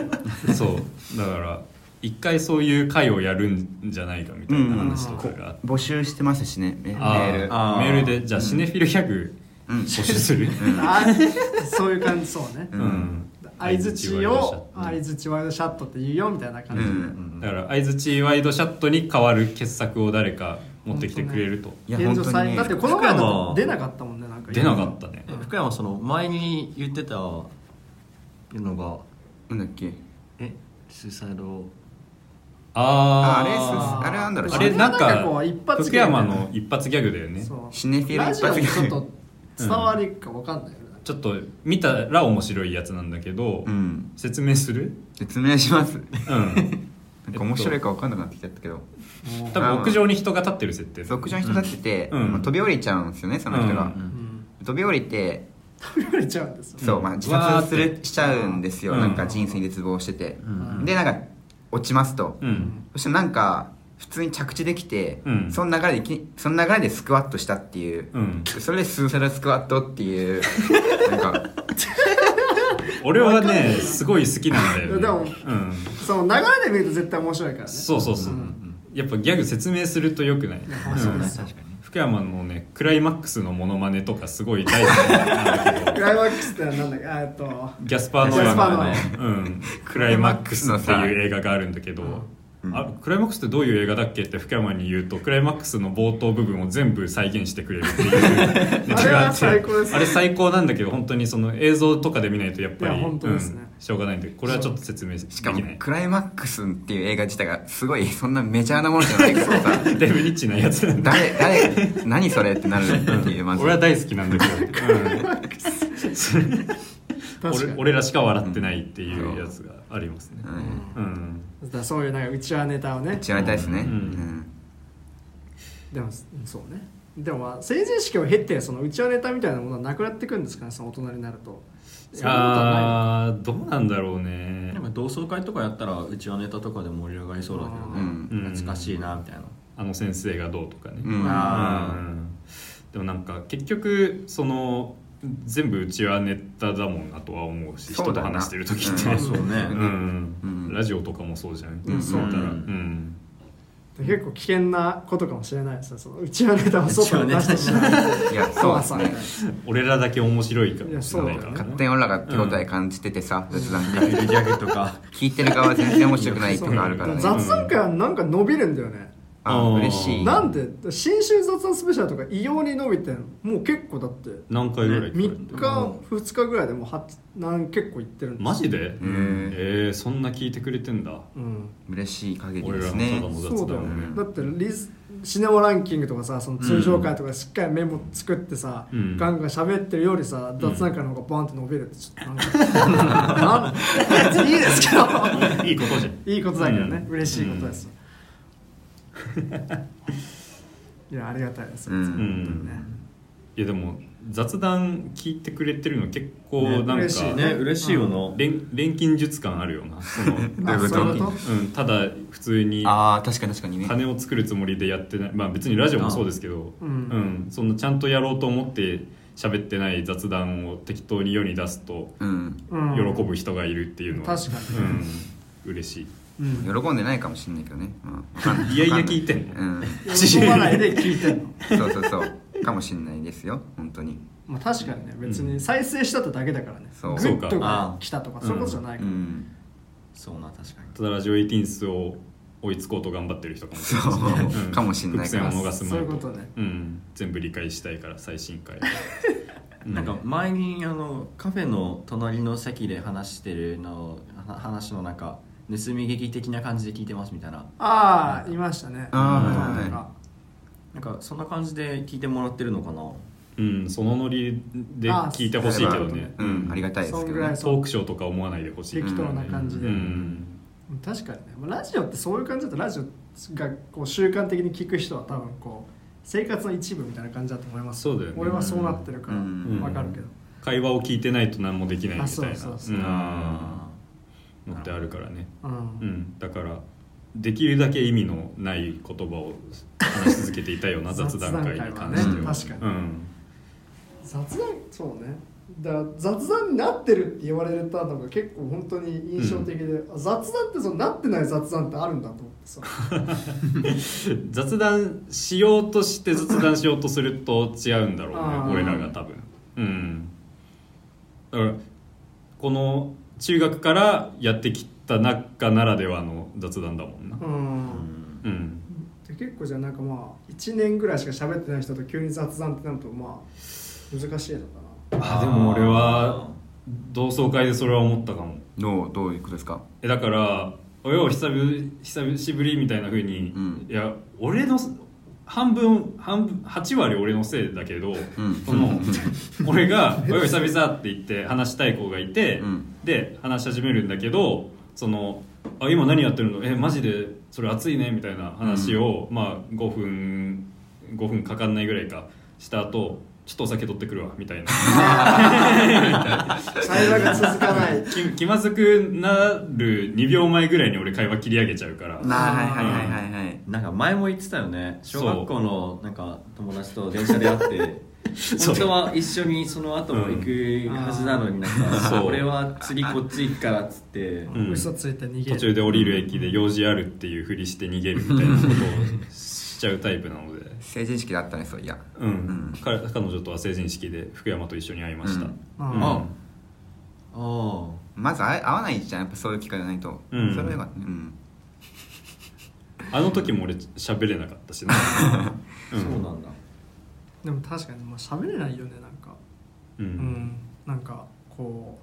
Speaker 2: [laughs]
Speaker 4: ど
Speaker 2: そうだから一回そういう会をやるんじゃないかみたいな話とかがあって、
Speaker 1: 募集してますしねメメ
Speaker 2: あ
Speaker 1: ール
Speaker 5: あー
Speaker 2: メールでじゃあシネフィルギャグ
Speaker 1: うん
Speaker 2: 募集する、
Speaker 4: あそういう感じそうね
Speaker 2: うん
Speaker 4: 相づちを
Speaker 2: 相
Speaker 4: 相づちワイドシャットって言うよみたいな
Speaker 1: う
Speaker 4: 感じで、
Speaker 1: ん
Speaker 2: だから相づちワイドシャットに代わる傑作を誰か持ってきてくれると、
Speaker 1: いや
Speaker 4: 現状
Speaker 1: 本当
Speaker 4: 最
Speaker 1: にね
Speaker 4: だってこの前だと出なかったもんねなんか
Speaker 2: 出なかったね、
Speaker 5: 福山その前に言ってたのが
Speaker 1: なんだっけ
Speaker 5: えスーサイド
Speaker 1: あ
Speaker 2: あ
Speaker 1: あれ
Speaker 2: ー
Speaker 1: すあれなんだろう
Speaker 2: あれなん
Speaker 4: あれなんかこう一
Speaker 2: か
Speaker 4: 発
Speaker 2: 福
Speaker 4: ギャグ
Speaker 2: 山の一発ギャグだよね
Speaker 4: そう
Speaker 1: シネフィル
Speaker 4: ラジオに
Speaker 1: 一
Speaker 4: ち
Speaker 1: 発
Speaker 4: ょ
Speaker 1: ギ
Speaker 4: っ
Speaker 1: ャグ
Speaker 4: と伝わりかわかんないよね、
Speaker 2: ちょっと見たら面白いやつなんだけど、
Speaker 1: うん
Speaker 2: 説明する
Speaker 1: 説明します
Speaker 2: うん
Speaker 1: なんか面白いか分かんなくなってきちゃったけど、
Speaker 4: も
Speaker 2: 多分屋上に人が立ってる設定
Speaker 1: 俗上に人立ってて、
Speaker 2: うん
Speaker 1: まあ、飛び降りちゃうんですよねその人が、
Speaker 2: うんうん
Speaker 4: う、ん、
Speaker 1: 飛び降りて
Speaker 4: 食べられちゃうんですよ
Speaker 1: そう、まあ、自殺す
Speaker 2: わーっ
Speaker 1: るしちゃうんですよ、
Speaker 2: うん
Speaker 1: なんか人生に絶望してて、
Speaker 4: ん
Speaker 1: でなんか落ちますと、
Speaker 2: うん
Speaker 1: そしてなんか普通に着地できて、
Speaker 2: うん
Speaker 1: その流れできその流れでスクワットしたっていう、
Speaker 2: うん
Speaker 1: それでスーサルスクワットっていう
Speaker 2: [laughs]
Speaker 1: なんか
Speaker 2: 俺はねすごい好きなんだよ、ね、
Speaker 4: でも
Speaker 2: うん、
Speaker 4: その流れで見ると絶対面白いからね
Speaker 2: そうそうそう、
Speaker 4: ん
Speaker 2: やっぱギャグ説明するとよくない、
Speaker 4: あそうです
Speaker 5: 確かに
Speaker 2: 福山のねクライマックスのモノマネとかすごい大好きなんだけ
Speaker 4: [laughs]
Speaker 2: ど
Speaker 4: クライマックスってなんだっけあえっと
Speaker 2: ギャスパー・ノ
Speaker 4: ギャスパーノ
Speaker 2: ー
Speaker 4: ー
Speaker 2: ヤンの、うん、クライマックスっていう映画があるんだけど、あクライマックスってどういう映画だっけって福山に言うとクライマックスの冒頭部分を全部再現してくれるっていうネタがあって
Speaker 4: [laughs] あれは最高ですね
Speaker 2: あれ最高なんだけど本当にその映像とかで見ないとやっぱ
Speaker 4: い
Speaker 2: り、
Speaker 4: や本当
Speaker 2: う
Speaker 4: で
Speaker 2: ん、
Speaker 4: すね
Speaker 2: しょうがないんでこれはちょっと説明で
Speaker 1: し
Speaker 2: き
Speaker 1: か
Speaker 2: な
Speaker 1: も
Speaker 2: い
Speaker 1: クライマックスっていう映画自体がすごいそんなメジャーなものじゃないからさ
Speaker 2: だいぶリッチなやつなんだ
Speaker 1: 誰誰何それってなるっていうまず
Speaker 2: 俺は大好きなんだけど、
Speaker 4: 確か
Speaker 2: 俺
Speaker 4: に
Speaker 2: 俺らしか笑ってないっていうやつがありますね、うん
Speaker 4: だからそういうなんかうちわネタをね
Speaker 1: 違いたいですね、
Speaker 2: うん
Speaker 1: うん
Speaker 4: でもそうねでもまあ成人式を経てそのうちわネタみたいなものはなくなってくんですかねその大人になるとそんなことはないの
Speaker 2: あーどうなんだろうね
Speaker 5: なんか同窓会とかやったらうちはネタとかで盛り上がりそうだけどね、
Speaker 1: うん
Speaker 5: 懐かしいなみたいな、
Speaker 2: あの先生がどうとかね、
Speaker 1: うん
Speaker 5: あ
Speaker 2: うんでもなんか結局その全部うちはネタだもんなとは思うし
Speaker 1: そう
Speaker 2: 人と
Speaker 1: だな
Speaker 2: 話してる時って、
Speaker 1: うん
Speaker 5: そうね
Speaker 2: う、ん
Speaker 1: うん
Speaker 2: ラジオとかもそうじゃん、
Speaker 1: うん
Speaker 2: そうだったら
Speaker 5: う
Speaker 2: うんん、
Speaker 4: 結構危険なことかもしれないですねそのうちわネタを外に出してしまう
Speaker 1: いやそうですね
Speaker 2: 俺らだけ面白いかもしれない
Speaker 4: いや
Speaker 2: から
Speaker 4: そうだよね
Speaker 1: 勝手に俺らが手応え感じててさ雑談
Speaker 5: リフルギャグとか
Speaker 1: 聞いてる側は全然面白くないとかあるからね
Speaker 4: 雑談会はなんか伸びるんだよね、
Speaker 1: あ嬉しい
Speaker 4: なんで新春雑談スペシャルとか異様に伸びてんもう結構だって
Speaker 2: 何回ぐらい来る
Speaker 4: 3日2日ぐらいでもうはなん結構行ってるんですよ
Speaker 2: マジで
Speaker 1: う
Speaker 2: え
Speaker 1: ん
Speaker 2: ー、そんな聞いてくれてんだ
Speaker 4: うん
Speaker 1: 嬉しい限り
Speaker 2: 俺
Speaker 1: で
Speaker 2: ら
Speaker 1: す
Speaker 2: のた
Speaker 1: ね
Speaker 2: だの
Speaker 4: そ
Speaker 2: 雑
Speaker 4: うだよ
Speaker 2: 談をね
Speaker 4: ねだってリズシネマランキングとかさその通常回とかしっかりメモ作ってさ、
Speaker 2: うん
Speaker 4: ガンガン喋ってるよりさ雑談会の方がバンって伸びるってちょっとなんかなん別にいいですけど
Speaker 2: いいいことじゃん
Speaker 4: [laughs] いいことだけどね、
Speaker 2: うん
Speaker 4: 嬉しいこと [laughs] ですよ、いやありがたいです、
Speaker 1: うん
Speaker 4: 本当にね
Speaker 2: いやでも雑談聞いてくれてるの結構
Speaker 5: ね
Speaker 2: なん
Speaker 4: 嬉しい
Speaker 2: か、
Speaker 5: ね嬉しいよな、
Speaker 2: 錬錬金術感あるよなその、う
Speaker 1: どういうこと
Speaker 4: あそういうこ
Speaker 2: ん、ただ普通に
Speaker 1: ああ確かに確かにね
Speaker 2: 金を作るつもりでやってないまあ別にラジオもそうですけど、
Speaker 4: う
Speaker 2: うんんそのちゃんとやろうと思って喋ってない雑談を適当に世に出すと
Speaker 1: うん
Speaker 4: と、うん
Speaker 2: 喜ぶ人がいるっていうのは、
Speaker 4: 確かに
Speaker 2: うん、嬉しい
Speaker 4: うん
Speaker 1: 喜んでないかもしんないけどねまあわかんない
Speaker 2: いやいや聞いてんの、
Speaker 1: うん
Speaker 4: 喜ばないで聞いてんの、
Speaker 1: そうそうそうかもしんないですよ本当に
Speaker 4: まあ、確かにね別に再生したってだけだからね、
Speaker 1: そう
Speaker 4: グッ
Speaker 2: そ
Speaker 4: と
Speaker 2: う
Speaker 5: か
Speaker 4: 来たとかそういうことじゃないか
Speaker 1: う
Speaker 4: ら、
Speaker 1: ん
Speaker 5: そうな確かに
Speaker 2: ただラジオエイティンスを追いつこうと頑張ってる人かもし
Speaker 1: そ
Speaker 2: れないし
Speaker 1: うかもしんないか
Speaker 2: う
Speaker 1: ら
Speaker 2: ん伏線を逃す
Speaker 4: そう
Speaker 2: 前
Speaker 4: い
Speaker 2: に
Speaker 4: うことね
Speaker 2: うん、全部理解したいから最新回うん
Speaker 5: なんか前にあのカフェの隣の席で話してるのは話のなんか盗み劇的な感じで聞いてますみたいな
Speaker 4: ああいましたね
Speaker 1: あ
Speaker 2: ー
Speaker 4: なんか
Speaker 1: は
Speaker 5: なんかそんな感じで聞いてもらってるのかな
Speaker 2: うんそのノリで聞いてほしいけどね
Speaker 1: うんありがたいです
Speaker 4: そ
Speaker 1: け
Speaker 4: ん
Speaker 1: ど
Speaker 4: ぐら
Speaker 1: ね
Speaker 4: い
Speaker 2: ト
Speaker 4: そ
Speaker 2: ー
Speaker 4: う
Speaker 2: クショーとか思わないでほしい
Speaker 4: 適当な感じで、
Speaker 2: うん
Speaker 4: 確かにねまあラジオってそういう感じだとラジオがこう習慣的に聞く人は多分こう生活の一部みたいな感じだと思います
Speaker 2: そうだよね
Speaker 4: 俺はそうなってるから
Speaker 1: うん
Speaker 4: わかるけど、
Speaker 2: 会話を聞いてないと何もできないみたいな
Speaker 4: あそうそうそう
Speaker 2: うん
Speaker 5: あ
Speaker 2: のってあるからね、
Speaker 4: うん
Speaker 2: うん、だからできるだけ意味のない言葉を話し続けていたような雑談会に関しては
Speaker 4: 雑談会はね確か
Speaker 2: うん
Speaker 4: 雑談そうねだから雑談になってるって言われたのが結構本当に印象的で、あ雑談ってそのなってない雑談ってあるんだと思ってさ
Speaker 2: 雑談しようとして雑談しようとすると違うんだろう
Speaker 4: あー
Speaker 2: ね俺らが多分うんだからこの中学からやってきた中ならではの雑談だもんな
Speaker 4: う
Speaker 5: うんん
Speaker 2: うん
Speaker 4: で結構じゃあなんかまあ1年ぐらいしか喋ってない人と急に雑談ってなるとまあ難しいのかな
Speaker 2: あでも俺は同窓会でそれは思ったかも
Speaker 1: どうどういうことですか
Speaker 2: えだから「およ久ぶ久しぶり」みたいな風に、
Speaker 1: うん
Speaker 2: いや俺の半分半分8割俺のせいだけど、
Speaker 1: ん [laughs]
Speaker 2: その俺が「およ久々」って言って話したい子がいて、
Speaker 1: うん
Speaker 2: で話し始めるんだけどその「あ今何やってるのえマジでそれ熱いね」みたいな話を、まあ5分5分かかんないぐらいかした後ちょっとお酒取ってくるわ」み
Speaker 1: [laughs]
Speaker 2: たいな。
Speaker 4: 会話が続かない
Speaker 2: 気気まずくなる2秒前ぐらいに俺会話切り上げちゃうから
Speaker 1: なはいはいはいはいはい
Speaker 5: なんか前も言ってたよね
Speaker 2: そう
Speaker 5: 小学校のなんか友達と電車で会って
Speaker 2: そう
Speaker 5: 本当は一緒にその後も行くはずなのになん
Speaker 2: うん
Speaker 5: か
Speaker 2: そう
Speaker 5: 俺は次こっち行くからっつって
Speaker 2: [laughs] うん
Speaker 4: 嘘ついて逃げ
Speaker 2: 途
Speaker 4: る
Speaker 2: 中で降りる駅で用事あるっていうふりして逃げるみたいなことをしちゃうタイプなので、
Speaker 1: 成人式だったねそういや
Speaker 2: うん
Speaker 1: ん
Speaker 2: 彼彼女とは成人式で福山と一緒に会いました、
Speaker 1: う
Speaker 2: うんん
Speaker 4: あ
Speaker 5: あ
Speaker 1: まずあ合わないじゃんやっぱそういう機会がないと、
Speaker 2: うん
Speaker 1: それはよかったねうん
Speaker 2: あの時も俺喋れなかったし
Speaker 5: [laughs]
Speaker 2: な、
Speaker 5: あそうなんだ
Speaker 4: でも確かにまあ喋れないよねなんか
Speaker 2: うん
Speaker 4: うん、なんかこ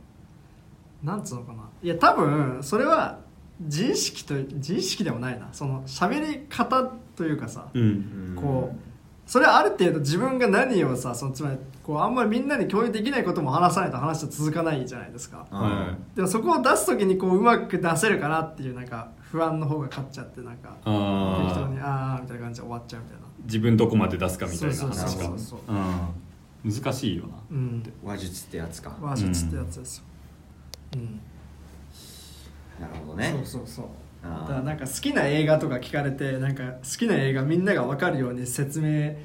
Speaker 4: うなんつうのかないや多分それは自意識と自意識でもないなその喋り方というかさ、
Speaker 2: うん
Speaker 4: こうそれはある程度自分が何をさそのつまりこうあんまりみんなに共有できないことも話さないと話は続かないじゃないですか
Speaker 5: あ
Speaker 2: はい
Speaker 4: でもそこを出す時にこううまく出せるかなっていうなんか不安の方が勝っちゃってなんか適当
Speaker 2: あ
Speaker 4: にああみたいな感じで終わっちゃうみたいな
Speaker 2: 自分どこまで出すかみたいな
Speaker 4: そう
Speaker 5: そ
Speaker 2: 話
Speaker 5: うそ
Speaker 2: が
Speaker 5: う
Speaker 4: そう
Speaker 2: うん難しいよな
Speaker 4: うん
Speaker 5: 話術ってやつか
Speaker 4: 話術ってやつですようん
Speaker 5: なるほどね
Speaker 4: そうそうそう
Speaker 5: あー
Speaker 4: だからなんか好きな映画とか聞かれてなんか好きな映画みんなが分かるように説明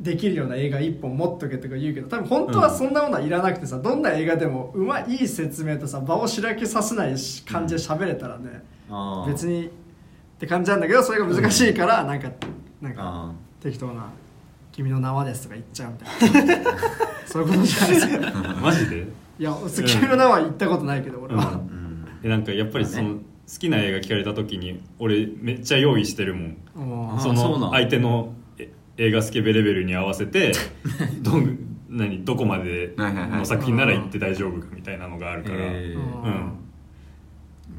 Speaker 4: できるような映画一本持っとけとか言うけど多分本当はそんなものはいらなくてさ、どんな映画でもうまいいい説明とさ場をしらけさせないし感じで喋れたらね、
Speaker 5: あー
Speaker 4: 別にって感じなんだけどそれが難しいからなんか、なんか
Speaker 5: あ
Speaker 4: 適当な「君の名はです」とか言っちゃうみたいなそういうことじゃないですか
Speaker 2: マジで
Speaker 4: いや「君の名は言ったことないけど俺は、
Speaker 5: ーうん
Speaker 2: えなんかやっぱりその好きな映画聞かれた時に俺めっちゃ用意してるもん
Speaker 4: もう
Speaker 5: あ
Speaker 2: そ
Speaker 5: そうな
Speaker 2: の
Speaker 5: ん
Speaker 2: 相手のえ映画スケベレベルに合わせてどん何どこまで
Speaker 1: はいはいはい
Speaker 2: の作品なら行って大丈夫かみたいなのがあるから、
Speaker 5: えー
Speaker 4: うん
Speaker 2: うん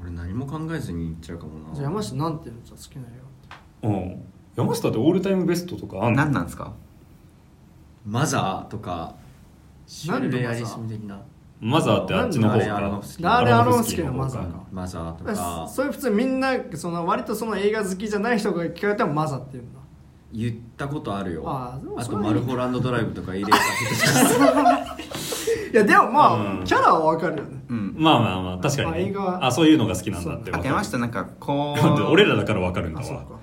Speaker 5: 俺何も考えずに行っちゃうかもな
Speaker 4: じゃあ山下なんていうのじゃあ好きな映画
Speaker 2: うん、山下ってオールタイムベストとかあんの
Speaker 1: 何なんですか
Speaker 5: マザーとかシュ
Speaker 4: 何のマザー
Speaker 5: レアリスム的な
Speaker 2: マザーってあっちの方
Speaker 5: ラーレアロ
Speaker 2: か
Speaker 5: フスキ
Speaker 4: ラーレ・アロンスキー
Speaker 2: ー
Speaker 4: のマザー
Speaker 2: 方
Speaker 4: か
Speaker 5: マザーと
Speaker 4: だから
Speaker 5: か
Speaker 4: それ普通みんなその割とその映画好きじゃない人が聞かれてもマザーっていうんだ
Speaker 5: 言ったことあるよ
Speaker 4: あーでも
Speaker 5: あ
Speaker 4: そ
Speaker 5: と
Speaker 4: れはいい
Speaker 5: マルホランドドライブとか入れた
Speaker 4: いやでもまあ、
Speaker 2: うん
Speaker 4: キャラはわかるよね
Speaker 1: うん
Speaker 2: まあまあまあ確かに、
Speaker 4: 映
Speaker 2: ね、
Speaker 4: 画
Speaker 2: あそういうのが好きなんだっ
Speaker 1: あ
Speaker 2: てわか
Speaker 1: け
Speaker 2: る
Speaker 1: ましたなんかこ
Speaker 2: なんで
Speaker 1: う
Speaker 2: 俺らだから分かるんだ
Speaker 4: あそ
Speaker 2: わ
Speaker 4: っか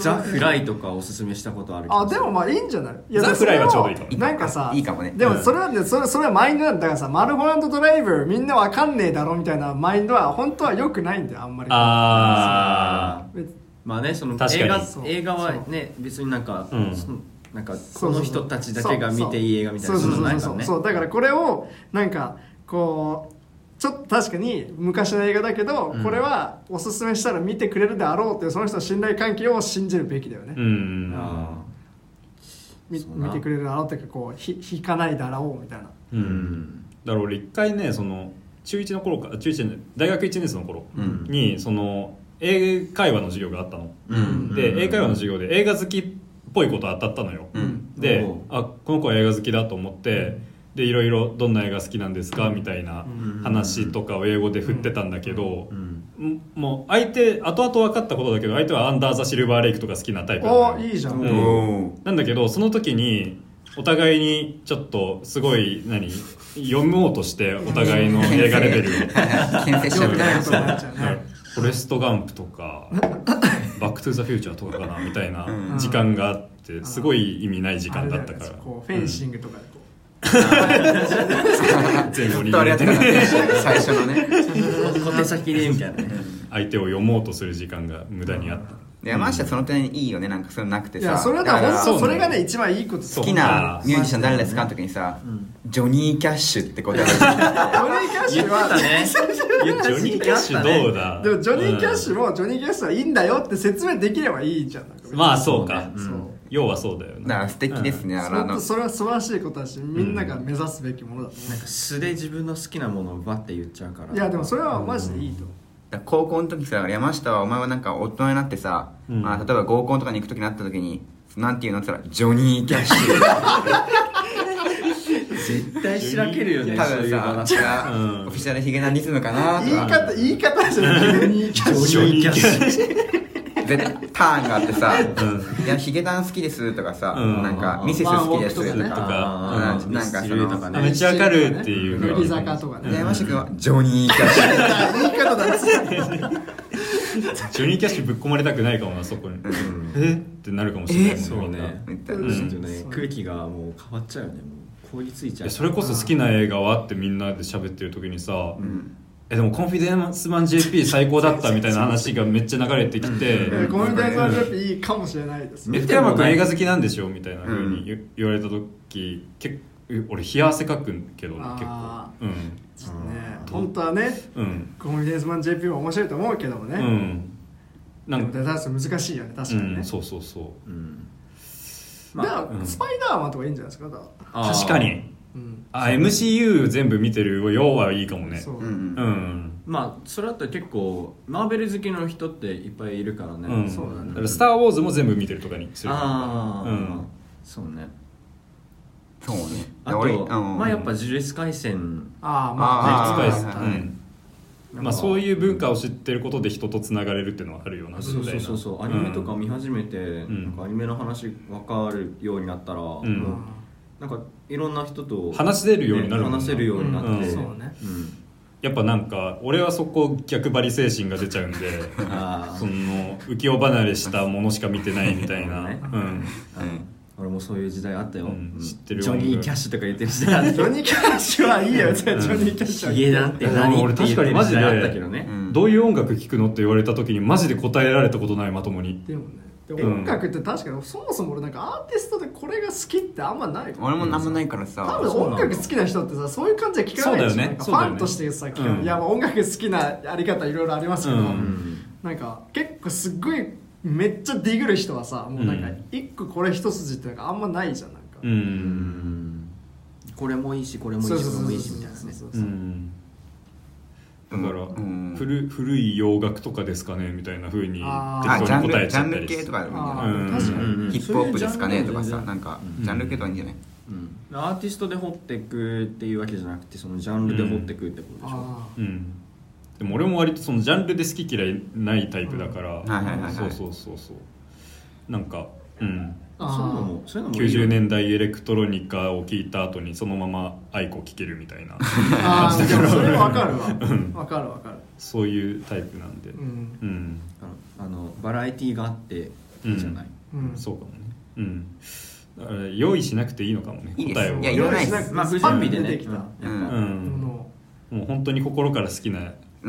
Speaker 5: ザ・
Speaker 4: [laughs]
Speaker 5: フラ
Speaker 4: イ
Speaker 5: イとかおすすめしたことあるけど
Speaker 4: あでもまあいいんじゃないい
Speaker 2: ザフライはちょうどいいかも
Speaker 4: でもなんかさ
Speaker 1: [laughs] いいかもね
Speaker 4: でもそれはねそれそれはマインドなんだだからさマルホランドドライブみんなわかんねえだろみたいなマインドは本当は良くないんだよあんまり
Speaker 2: あ
Speaker 4: 別
Speaker 5: まあねその
Speaker 2: 確かに
Speaker 5: 映画
Speaker 4: そう
Speaker 5: 映画はね別になんか、
Speaker 2: うん
Speaker 5: そのなんか
Speaker 4: そ
Speaker 5: こ
Speaker 4: う
Speaker 5: の
Speaker 4: そうそ
Speaker 5: 人
Speaker 4: う
Speaker 5: たちだけが見ていい映画みたいな
Speaker 4: そうそう
Speaker 5: の
Speaker 4: そ
Speaker 5: な
Speaker 4: う
Speaker 5: い
Speaker 4: そ
Speaker 5: か
Speaker 4: う
Speaker 5: らね
Speaker 4: そうだからこれをなんかこうちょっと確かに昔の映画だけど、
Speaker 5: うん
Speaker 4: これはおすすめしたら見てくれるであろうっていうその人の信頼関係を信じるべきだよね、
Speaker 2: ーうん
Speaker 5: あ
Speaker 4: み
Speaker 5: そうな
Speaker 4: 見てくれるだろうっていうかこうひ引かないだろうみたいな
Speaker 2: う
Speaker 5: ーうんん
Speaker 2: だから俺一回ねその中1の頃か中1じゃない大学1年生の頃
Speaker 5: うん
Speaker 2: にその英会話の授業があったの、
Speaker 5: うん
Speaker 2: で英会話の授業で映画好きっぽいこと当たったのよ、
Speaker 1: うん
Speaker 2: で
Speaker 5: おう
Speaker 2: あこの子は映画好きだと思ってでいろいろどんな映画好きなんですかみたいな
Speaker 5: うん
Speaker 2: 話とかを英語で振ってたんだけど
Speaker 5: う、ん
Speaker 2: んもう相手後々分かったことだけど相手は「アンダー・ザ・シルバー・レイク」とか好きなタイプなのよ
Speaker 4: おいいじゃん、
Speaker 2: うん
Speaker 1: おー
Speaker 2: なんだけどその時にお互いにちょっとすごい何読もうとしてお互いの映画レベルを
Speaker 1: [laughs] 牽制しちゃう
Speaker 4: よく
Speaker 1: みた
Speaker 4: ないい
Speaker 1: な
Speaker 4: ことになっちゃうね
Speaker 2: フォレスト・ガンプとか「バック・トゥ・ザ・フューチャー」とかかなみたいな
Speaker 1: うん
Speaker 2: 時間があってすごい意味ない時間だったか
Speaker 4: あれ
Speaker 2: ら
Speaker 4: よねこうフェンシングとかでこ
Speaker 2: 全
Speaker 1: ず
Speaker 2: 部
Speaker 1: っとあれやってたからね最初のね
Speaker 2: [laughs]
Speaker 5: 小手先でみたいなね
Speaker 2: 相手を読もうとする時間が無駄にあった
Speaker 1: で山下その点いいよねなんかそういうのなく
Speaker 4: う
Speaker 1: て
Speaker 4: い
Speaker 1: さ
Speaker 4: やそれはだ
Speaker 1: だか
Speaker 4: か
Speaker 1: らら
Speaker 4: 本
Speaker 2: そう
Speaker 4: 当それがね一番いいこと
Speaker 2: そう
Speaker 1: 好きなミュージシャン誰ですかの時にさジョニー・キャッシュって答え
Speaker 2: [laughs]
Speaker 1: る
Speaker 4: ジョニー・キャッシ
Speaker 5: 言っ
Speaker 4: ュ
Speaker 5: て
Speaker 4: は
Speaker 5: たね
Speaker 2: ジ
Speaker 5: 言ってた
Speaker 2: ョニー・キャッシュどうだ
Speaker 4: でもジョニー・キャッシュ
Speaker 2: も
Speaker 4: もジョニー・キャッシュはいいんだよって説明できればいいじゃんなんか
Speaker 2: まあそうか
Speaker 5: そうね
Speaker 4: そう
Speaker 2: 要はそうだよね
Speaker 1: だから素敵ですねだからあ
Speaker 4: 本当
Speaker 1: の
Speaker 4: それは素晴らしいことだしみんなが目指すべきものだと思
Speaker 5: なんか素で自分の好きなものをバッて言っちゃうから
Speaker 4: ういやでもそれはマジでいいと思
Speaker 1: だから高校の時さ山下はお前はなんか大人になってさ、
Speaker 2: うん
Speaker 1: まあ、例えば合コンとかに行く時になった時になんていうのって言ったらジョニー・キャッ
Speaker 5: [laughs]
Speaker 1: シュ
Speaker 5: 絶対しらけるよね
Speaker 1: 多
Speaker 5: そう
Speaker 1: 分
Speaker 5: いう
Speaker 1: さ
Speaker 5: 話
Speaker 1: それが
Speaker 2: うん
Speaker 1: オフィシャルヒゲダンリズムかな
Speaker 4: う
Speaker 1: と
Speaker 4: 言い
Speaker 1: か
Speaker 4: 方言い方じゃないジョニー・キャッシュ
Speaker 5: ジョニー・キャッシュ
Speaker 1: 絶対ターンがあってさ
Speaker 2: う
Speaker 1: 「いやヒゲダン好きです」とかさ、
Speaker 2: うん
Speaker 1: なんか「ミセス好きです」
Speaker 4: ワンオク
Speaker 1: と
Speaker 4: と
Speaker 1: か
Speaker 2: か
Speaker 5: あー
Speaker 1: うんなんかその
Speaker 5: ミスチルとか
Speaker 2: あめっ
Speaker 5: ね
Speaker 2: ちゃわかるっていう
Speaker 4: 乃木坂とか
Speaker 1: で
Speaker 4: ね
Speaker 1: 山下君は「ジョニー・キャッシュ
Speaker 4: 言い方だ
Speaker 2: ジョニー・キャッシュぶっ込まれたくないかもなそこに
Speaker 5: うん
Speaker 2: えってなるかもしれないもん
Speaker 5: そう
Speaker 2: みんな
Speaker 5: ね」
Speaker 1: [laughs] みたい
Speaker 4: うん
Speaker 1: な、
Speaker 5: ちょっとね空気がもう変わっちゃうよねもう凍りついちゃ
Speaker 2: え
Speaker 5: う
Speaker 2: それこそ好きな映画はってみんなで喋ってる時にさ「
Speaker 1: ん
Speaker 2: えでもコンフィデンスマン JP 最高だった」みたいな話がめっちゃ流れてきて
Speaker 1: うん
Speaker 4: コメントやされていいかもしれないです
Speaker 2: 「
Speaker 5: うん
Speaker 2: え福山君映画好きなんでしょ?」みたいなふうに言言われた時結俺冷や汗かくんけどね結構
Speaker 4: あ
Speaker 2: うん
Speaker 4: ちょっとね本当はね
Speaker 2: うん
Speaker 4: コメディエンスマン JP も面白いと思うけども
Speaker 2: う
Speaker 4: ね
Speaker 2: んな
Speaker 4: で
Speaker 2: ん
Speaker 4: も
Speaker 2: か
Speaker 4: デザイン難しいよね確か
Speaker 2: う
Speaker 4: に
Speaker 2: ん
Speaker 4: ね
Speaker 2: そうそうそ
Speaker 5: うん
Speaker 4: だか
Speaker 2: う
Speaker 4: ら
Speaker 2: ん
Speaker 4: スパイダーマンとかいいんじゃないですかだから
Speaker 2: う確かに
Speaker 4: うん
Speaker 2: あ MCU 全部見てるようはいいかもね
Speaker 4: そう
Speaker 1: うんうん
Speaker 2: うん
Speaker 5: まあそれだって結構マーベル好きの人っていっぱいいるからね、
Speaker 2: うん
Speaker 5: そうだね
Speaker 2: だから「スター・ウォーズ」も全部見てるとかにする
Speaker 5: ああ、
Speaker 2: うん
Speaker 5: そうね
Speaker 1: そうね
Speaker 5: あ
Speaker 1: 俺
Speaker 5: と、
Speaker 1: うん
Speaker 5: まあやっぱ「呪術廻戦
Speaker 4: ああ
Speaker 1: あ
Speaker 4: まあ
Speaker 1: ー
Speaker 2: スパイス
Speaker 1: あー
Speaker 2: うんまあ、そういう文化を知ってることで人とつながれるっていうのはあるような
Speaker 5: そうそうそうそうアニメとか見始めて、
Speaker 2: ん
Speaker 5: なんかアニメの話分かるようになったら、
Speaker 2: ん
Speaker 5: もうなんかいろんな人と
Speaker 2: 話せるようになるもんな
Speaker 5: 話せるようになって、
Speaker 2: うん
Speaker 4: そうね
Speaker 5: うん
Speaker 2: やっぱなんか俺はそこ逆張り精神が出ちゃうんで
Speaker 5: あー
Speaker 2: その浮世離れしたものしか見てないみたいな、
Speaker 5: ね
Speaker 2: うん、
Speaker 5: あの俺もそういう時代あったよ、
Speaker 2: うん
Speaker 5: うん
Speaker 2: 知ってる
Speaker 5: ジョニー・キャッシュとか言ってる時代あった
Speaker 4: [laughs] ジョニーキャッシュはいいよ、ジョニーキャッシュは
Speaker 5: ヒ
Speaker 4: いい
Speaker 5: ゲダンって何
Speaker 2: 俺
Speaker 5: って
Speaker 2: 確
Speaker 5: 言って
Speaker 2: か
Speaker 5: る
Speaker 2: にマ
Speaker 5: 時
Speaker 2: ジで
Speaker 5: 代あったけどね、
Speaker 1: うん
Speaker 2: どういう音楽聴くのって言われた時にマジで答えられたことないまともに
Speaker 4: でもねで
Speaker 2: う
Speaker 4: も
Speaker 2: ん
Speaker 4: 音楽って確かにそもそも俺なんかアーティストでこれが好きってあんまない
Speaker 1: 俺もなんもないから
Speaker 4: 多
Speaker 1: さ
Speaker 4: 分音楽好きな人ってさそういう感じは聞かないでし
Speaker 2: そう
Speaker 4: ょ
Speaker 2: だよね
Speaker 4: なんか
Speaker 2: そ
Speaker 4: フ
Speaker 2: うだよ
Speaker 4: ァ
Speaker 2: ね
Speaker 4: ンとしてさ聞かない
Speaker 2: うん
Speaker 4: いやまあ音楽好きなやり方いろいろありますけ
Speaker 2: う
Speaker 4: ど、
Speaker 5: うんん
Speaker 4: なんか結構すっごいめっちゃディグる人はさもうなんか
Speaker 2: うん
Speaker 4: 一個これ一筋ってなんかあんまないじゃんなんか、
Speaker 2: う
Speaker 5: うんんこれもいいしこれもい
Speaker 4: そう
Speaker 5: いし
Speaker 4: そう
Speaker 5: こ
Speaker 4: そ
Speaker 5: れ
Speaker 4: う
Speaker 5: も
Speaker 4: そ
Speaker 5: いい
Speaker 4: う
Speaker 5: しみたいなね
Speaker 4: そう
Speaker 2: う
Speaker 4: そうそうん
Speaker 2: だから、
Speaker 1: うん
Speaker 2: 古古い洋楽とかですかねみたいなふうに適
Speaker 4: あー
Speaker 1: あジ
Speaker 2: 当
Speaker 1: ャ
Speaker 2: に
Speaker 1: ン
Speaker 2: 答え
Speaker 1: ル
Speaker 2: ち
Speaker 1: ジ
Speaker 2: ゃ
Speaker 1: ャ
Speaker 2: っ
Speaker 1: ン
Speaker 2: たり
Speaker 1: ル系
Speaker 2: して
Speaker 1: とかでもいいんじゃ
Speaker 4: あ
Speaker 1: ない
Speaker 2: うん
Speaker 4: ー確かに、
Speaker 5: うんうん
Speaker 1: ヒップホップですかねとか
Speaker 5: そうい
Speaker 1: さ
Speaker 5: う
Speaker 1: なんか
Speaker 2: うん
Speaker 1: ジャンル系とかいいんじゃない
Speaker 5: うんアーティストで掘っていくっていうわけじゃなくてそのジャンルで掘っていくってことでしょ、
Speaker 4: あ
Speaker 2: うんでも俺も割とそのジャンルで好き嫌いないタイプだから、
Speaker 1: んはいはいはいはい
Speaker 2: そうそうそうそうなんかうん
Speaker 4: あ
Speaker 5: そういうのもそういうのもいいよ
Speaker 2: 90年代エレクトロニカを聴いた後にそのまま愛子聴けるみた
Speaker 1: [laughs]
Speaker 2: いな
Speaker 4: あーでもそれわかるわわかるわかる
Speaker 2: そういうタイプなんで
Speaker 4: うん
Speaker 2: うん、
Speaker 5: あのあのバラエティーがあっていいじゃない、
Speaker 4: うん
Speaker 2: そうかもねうんだから用意しなくていいのかもね
Speaker 1: いいです
Speaker 2: 答えを
Speaker 1: いや言わない
Speaker 4: な
Speaker 1: で
Speaker 4: んか
Speaker 1: す
Speaker 5: まあ
Speaker 4: ス
Speaker 5: 無
Speaker 4: パ
Speaker 5: 人
Speaker 4: ン
Speaker 5: 美
Speaker 4: に
Speaker 5: で
Speaker 4: 出
Speaker 5: ね
Speaker 4: てきたも
Speaker 1: う
Speaker 5: うん
Speaker 1: ん
Speaker 2: うん、
Speaker 4: のを
Speaker 2: もう本当に心から好きな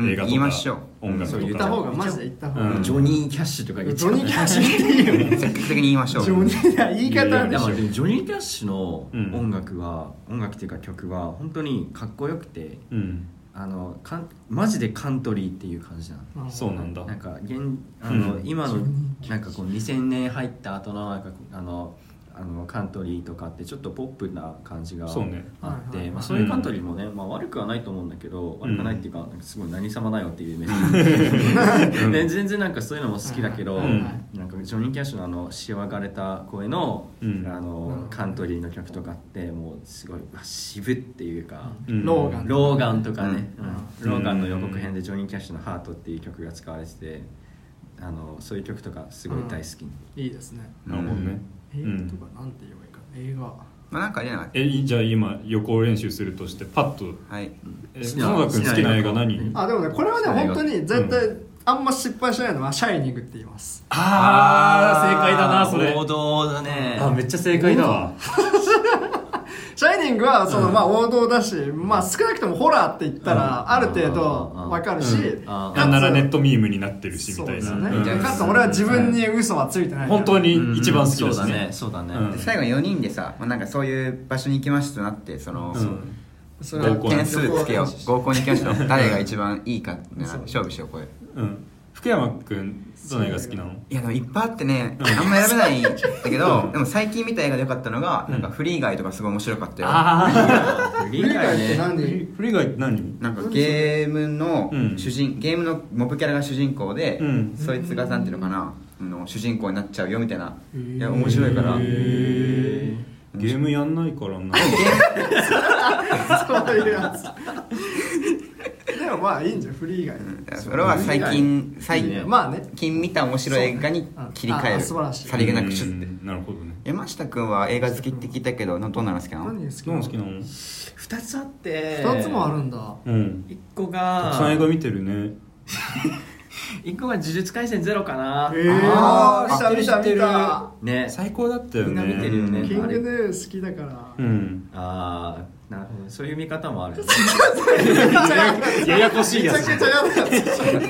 Speaker 2: 映
Speaker 1: う
Speaker 2: 画
Speaker 1: ん
Speaker 2: と
Speaker 1: 言い
Speaker 2: か
Speaker 1: ましょう
Speaker 2: 音楽
Speaker 5: そう
Speaker 2: と
Speaker 5: 言
Speaker 4: 行っ
Speaker 5: った
Speaker 4: た
Speaker 2: か、
Speaker 4: 方がマジで行った方
Speaker 2: う
Speaker 4: が
Speaker 2: ん
Speaker 5: ジョニー・キャッシュとか言って
Speaker 4: ジ
Speaker 5: た
Speaker 4: ョニーキャッシュっていいよね
Speaker 1: 積極的に言いましょう
Speaker 4: ジョニーだ言い方
Speaker 5: い
Speaker 4: で
Speaker 5: や
Speaker 4: し
Speaker 5: まあ
Speaker 4: ょ
Speaker 5: でもジョニー・キャッシュの音楽は、音楽っていうか曲は本当にかっこよくて
Speaker 2: うん、
Speaker 5: あのかんマジでカントリーっていう感じなの
Speaker 2: そうなんだ
Speaker 5: なんか現あの、
Speaker 2: うん
Speaker 5: 今の
Speaker 4: ジョニ
Speaker 5: なんかこう2000年入った後のなんかあのあのカントリーとかってちょっとポップな感じがあって
Speaker 2: そうね
Speaker 4: はいはいはい
Speaker 5: まあ、そういうカントリーもね、まあ、悪くはないと思うんだけど、悪くはないっていうかなんかすごい何様だよっていうイメー [laughs] ジ、
Speaker 2: うん
Speaker 5: で全然なんかそういうのも好きだけど、
Speaker 2: はいはいはい
Speaker 5: なんかジョニー・キャッシュのあのしわがれた声の,、
Speaker 2: うん
Speaker 5: あ
Speaker 4: なるほ
Speaker 5: の
Speaker 4: ど
Speaker 5: カントリーの曲とかってもうすごいうわ渋っていうか。
Speaker 2: うん
Speaker 4: ローガン
Speaker 5: ローガンとかね、
Speaker 4: うん
Speaker 5: うんローガンの予告編でジョニー・キャッシュの「ハート」っていう曲が使われててあのそういう曲とかすごい大好き、
Speaker 4: いいですね
Speaker 2: なるほどね、
Speaker 4: 映
Speaker 2: うん
Speaker 4: 画とかなんて言えばいいか映画
Speaker 1: まあなんかあれじゃない
Speaker 2: えいじゃあ今予行練習するとしてパッと
Speaker 1: はい
Speaker 2: え
Speaker 5: 好きな
Speaker 2: 園田君好きな映画何
Speaker 5: 好きな映
Speaker 4: あでもねこれはね
Speaker 5: 映画
Speaker 4: 本当に絶対
Speaker 2: う
Speaker 4: あんま失敗しないのは「シャイニング」って言います
Speaker 2: あー正解だなそれ
Speaker 5: 王道だね
Speaker 2: あめっちゃ正解だわ
Speaker 4: 「シャイニング」はそのまあ王道だしまあ少なくともホラーって言ったらある程度わかるし
Speaker 5: うん
Speaker 4: かつ
Speaker 2: なんならネットミームになってるし
Speaker 4: そ
Speaker 2: み
Speaker 4: う
Speaker 2: たい
Speaker 4: です
Speaker 2: な、
Speaker 4: ね
Speaker 2: うん
Speaker 4: かつ俺は自分に嘘はついてない
Speaker 2: 本当
Speaker 4: に
Speaker 5: うん
Speaker 2: に一番好きだしね,、
Speaker 5: そうだね
Speaker 2: うん
Speaker 1: で最後4人でさまあなんかそういう場所に行きましたとなってその
Speaker 2: うん
Speaker 4: それは
Speaker 2: 合コン
Speaker 1: 点数つけよう合コンに行きましたと誰が一番いいかってな勝負しようこれ
Speaker 2: うん、福山君どの映画好きなの
Speaker 1: いやでもいっぱいあってねあんま選べないんだけどでも最近見た映画でよかったのがなんかフリーガイとかすごい面白かったよ
Speaker 2: あ
Speaker 5: [laughs] 理
Speaker 4: 理解
Speaker 5: 解
Speaker 4: って
Speaker 5: ね
Speaker 4: 何
Speaker 2: フリーガイって何
Speaker 1: なんかゲームの
Speaker 2: うん
Speaker 1: 主人、ゲームのモブキャラが主人公で、
Speaker 2: うん
Speaker 1: そいつがなんていうのかな、あの主人公になっちゃうよみたいな、
Speaker 4: へー
Speaker 1: いや面白いから、
Speaker 2: へーゲームやんないからな
Speaker 4: そういうやつでもまあいいんじゃんフリー以外
Speaker 1: うんそれは最近最
Speaker 5: いいね
Speaker 1: 近
Speaker 4: まあね
Speaker 1: 見た面白い映画に切り替える、
Speaker 4: そうねうんああ素晴らしい
Speaker 1: さりげなくシュッて、
Speaker 2: うんなるほどね
Speaker 1: 山下君は映画好きって聞いたけどなどんなの好きなの
Speaker 4: 何好きな
Speaker 2: 何
Speaker 4: の
Speaker 2: 好きなの
Speaker 5: 2つあって
Speaker 4: 2つもあるんだ
Speaker 2: うん
Speaker 5: 1個
Speaker 2: たくさん映画
Speaker 5: が
Speaker 2: 見てるね
Speaker 5: 一個が呪術廻戦ゼロかな
Speaker 4: えー
Speaker 1: あー
Speaker 4: 見た見た見た
Speaker 5: ね
Speaker 2: 最高だったよね
Speaker 5: みんな見てるよね
Speaker 4: キングヌー好きだから
Speaker 2: うん
Speaker 5: ああなるほどそういう見方もあ [laughs] る
Speaker 2: ややこしいや
Speaker 4: め
Speaker 2: つ
Speaker 4: ちゃくちゃ嫌だやつ
Speaker 2: 呪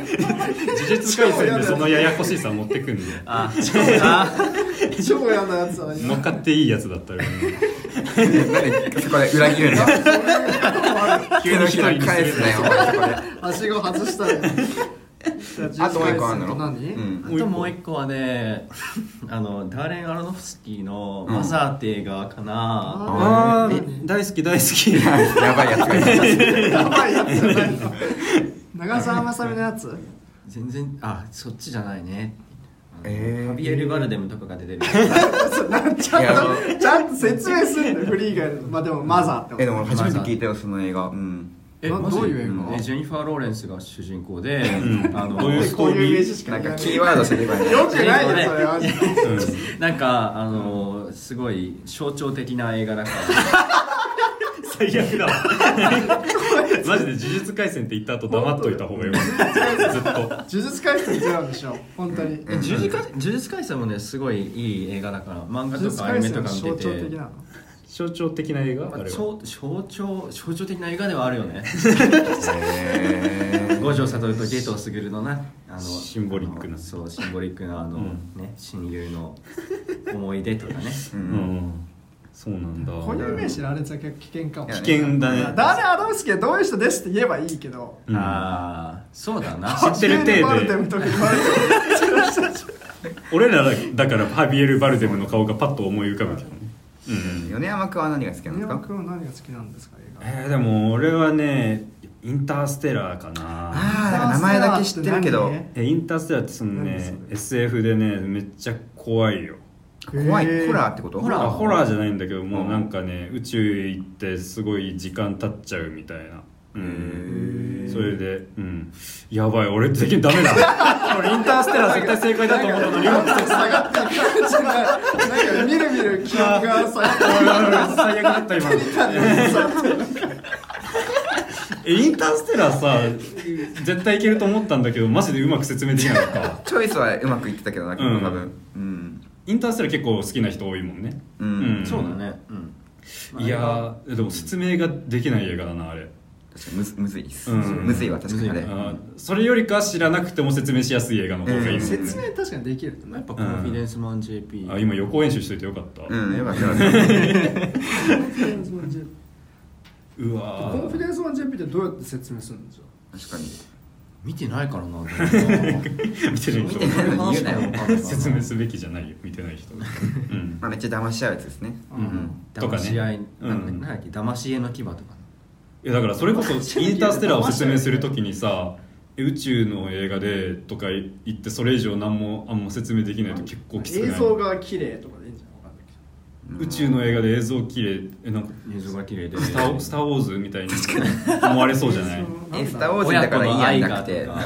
Speaker 2: 術廻戦でそのややこしさ持ってくんで
Speaker 5: あそうだ
Speaker 4: 超嫌なやつだ
Speaker 2: 乗っかっていいやつだったよね
Speaker 1: なんでそこで裏切るの
Speaker 2: 急に一人に
Speaker 1: 返
Speaker 2: す
Speaker 1: す
Speaker 2: る
Speaker 1: なよお前そ
Speaker 4: [laughs]
Speaker 1: こ
Speaker 4: はしご外したよ
Speaker 1: で [laughs] あともう一個あるの
Speaker 4: 何
Speaker 1: うん
Speaker 5: あともう一個はねあのダーレン・アロノフスキーの「マザー」って映画かな、
Speaker 2: ああ
Speaker 4: え
Speaker 2: 大好き大好き
Speaker 1: やばいやつがいた
Speaker 4: やばいやつじゃないの長澤まさみのやつ
Speaker 5: 全然あそっちじゃないね
Speaker 1: え
Speaker 5: ハ
Speaker 1: ー
Speaker 5: ビエル・バルデムとかが出てる
Speaker 4: ちゃ
Speaker 1: いやあ
Speaker 4: んとちゃんと説明すんだよフリー以外のまあでもマザーってこ
Speaker 1: えで
Speaker 4: と
Speaker 1: も俺初めて聞いたよその映画うん
Speaker 5: [laughs] え
Speaker 4: な
Speaker 5: マジ
Speaker 4: どういう映画
Speaker 5: んえジェニファー・ローレンスが主人公で、
Speaker 2: うん
Speaker 5: あの
Speaker 2: どういうスト
Speaker 4: こう
Speaker 2: ーリー
Speaker 4: いうイメージしか
Speaker 1: なんかキー
Speaker 4: よ
Speaker 1: ワードすればね
Speaker 4: くないよそれは
Speaker 5: なんかあの、すごい象徴的な映画 [laughs] だから
Speaker 2: 最悪だわ [laughs] マジで「呪術廻戦」って言った後黙っといた方がいいわずっと
Speaker 4: 呪術廻戦ゼロでしょ本当に
Speaker 5: え呪術廻呪術廻戦もねすごいいい映画だから漫画
Speaker 4: 呪
Speaker 5: と
Speaker 4: 術
Speaker 5: かアニ
Speaker 4: 廻
Speaker 5: メとか
Speaker 4: 戦の
Speaker 5: 見て
Speaker 4: 象徴
Speaker 5: て
Speaker 4: 的なの
Speaker 2: 象徴的な映画あれは
Speaker 5: 象象徴象徴的な映画ではあるよね
Speaker 1: へ
Speaker 5: 五条悟とゲートをすぐるのなあの
Speaker 2: シンボリックな
Speaker 5: あのそうシンボリックなあの、
Speaker 2: うん
Speaker 5: ね親友の思い出とかね
Speaker 1: う
Speaker 2: うんんそうなんだ
Speaker 4: こういうイメージのあれじゃ結構危険かも
Speaker 1: いや
Speaker 2: 危険だね
Speaker 4: ダーレ・アダムスキーはどういう人ですって言えばいいけど
Speaker 2: うん
Speaker 5: ああそうだな
Speaker 2: 知ってる
Speaker 4: 急にバ
Speaker 2: 程
Speaker 4: ルデ
Speaker 2: 度
Speaker 4: ムとか言われても
Speaker 2: 俺らだからハビエル・バルデムの顔がパッと思い浮かぶけどねうんうん
Speaker 1: 米山君は何が好きなんで
Speaker 4: 宮
Speaker 1: す
Speaker 4: 本
Speaker 1: か
Speaker 4: 君は何が好きなんですか映画
Speaker 2: えーでも俺はねインターステラーかな
Speaker 1: ああだから名前だけ知ってるけど
Speaker 2: えインターステラーってその
Speaker 4: 何そ
Speaker 2: ね
Speaker 4: れ
Speaker 2: SF でねめっちゃ怖いよ
Speaker 1: 怖い
Speaker 4: へー
Speaker 1: ホラーってこと
Speaker 5: ホラー
Speaker 2: あホラーじゃないんだけども
Speaker 1: うん
Speaker 2: うなんかね宇宙へ行ってすごい時間経っちゃうみたいなうんそれでうんやばい俺最近ダメだ [laughs] 俺インターステラー絶対正解だと思ったのに [laughs]
Speaker 4: なんか下がっていく感じがなんかみるみる記憶が下がって
Speaker 2: 最悪だった今の [laughs] えインターステラーさ絶対いけると思ったんだけどマジでうまく説明できなかったわ
Speaker 1: チョイスはうまくいってたけどな多
Speaker 2: うん
Speaker 1: 分うん
Speaker 2: インターステラー結構好きな人多いもんね
Speaker 1: うん
Speaker 5: そうだねうん
Speaker 2: いやーでも説明ができない映画だなあれ
Speaker 1: 確かにむずむずいっす
Speaker 2: うん
Speaker 1: むずいわ確かにあれ
Speaker 5: むずい
Speaker 2: あーそれよりかは知らなくても説明しやすい映画の方がいいの、
Speaker 4: 説明確かにできる
Speaker 5: やっぱコンフィデンスマン JP、
Speaker 2: あ今予行演習しといてよかった、
Speaker 1: うんよか [laughs] ったよかった
Speaker 2: う
Speaker 4: コ
Speaker 2: わ
Speaker 4: ンフィ
Speaker 2: ー
Speaker 4: デンスマン JP ってどうやって説明するんですか
Speaker 1: 確かに
Speaker 5: 見てないからな [laughs]
Speaker 2: 見てない人
Speaker 5: 見てないのに言うなよ
Speaker 2: [laughs] 説明すべきじゃないよ見てない人、うん
Speaker 1: まあめっちゃ騙し合うやつですね
Speaker 2: うんとか
Speaker 5: 騙
Speaker 2: ね
Speaker 5: し合い、
Speaker 2: うん
Speaker 5: なんだっけ騙し絵の牙とか
Speaker 2: いやだからそれこそインターステラーを説明するときにさえ宇宙の映画でとか言ってそれ以上何もあんま説明できないと結構きつく
Speaker 4: 映
Speaker 2: ない
Speaker 4: 像が綺麗とかでいいんじゃないわかんないけど
Speaker 2: 宇宙の映画で映像綺麗えなんか
Speaker 5: 映像が綺麗で
Speaker 2: スター・スターウォーズみたいに思われそうじゃ
Speaker 4: [laughs]
Speaker 2: ない
Speaker 1: えスター・ウォーズだ
Speaker 5: 親
Speaker 1: か
Speaker 5: 子
Speaker 1: らいい
Speaker 5: の
Speaker 1: やん
Speaker 5: 愛
Speaker 1: な
Speaker 5: が
Speaker 1: くて
Speaker 5: と
Speaker 1: あ
Speaker 5: か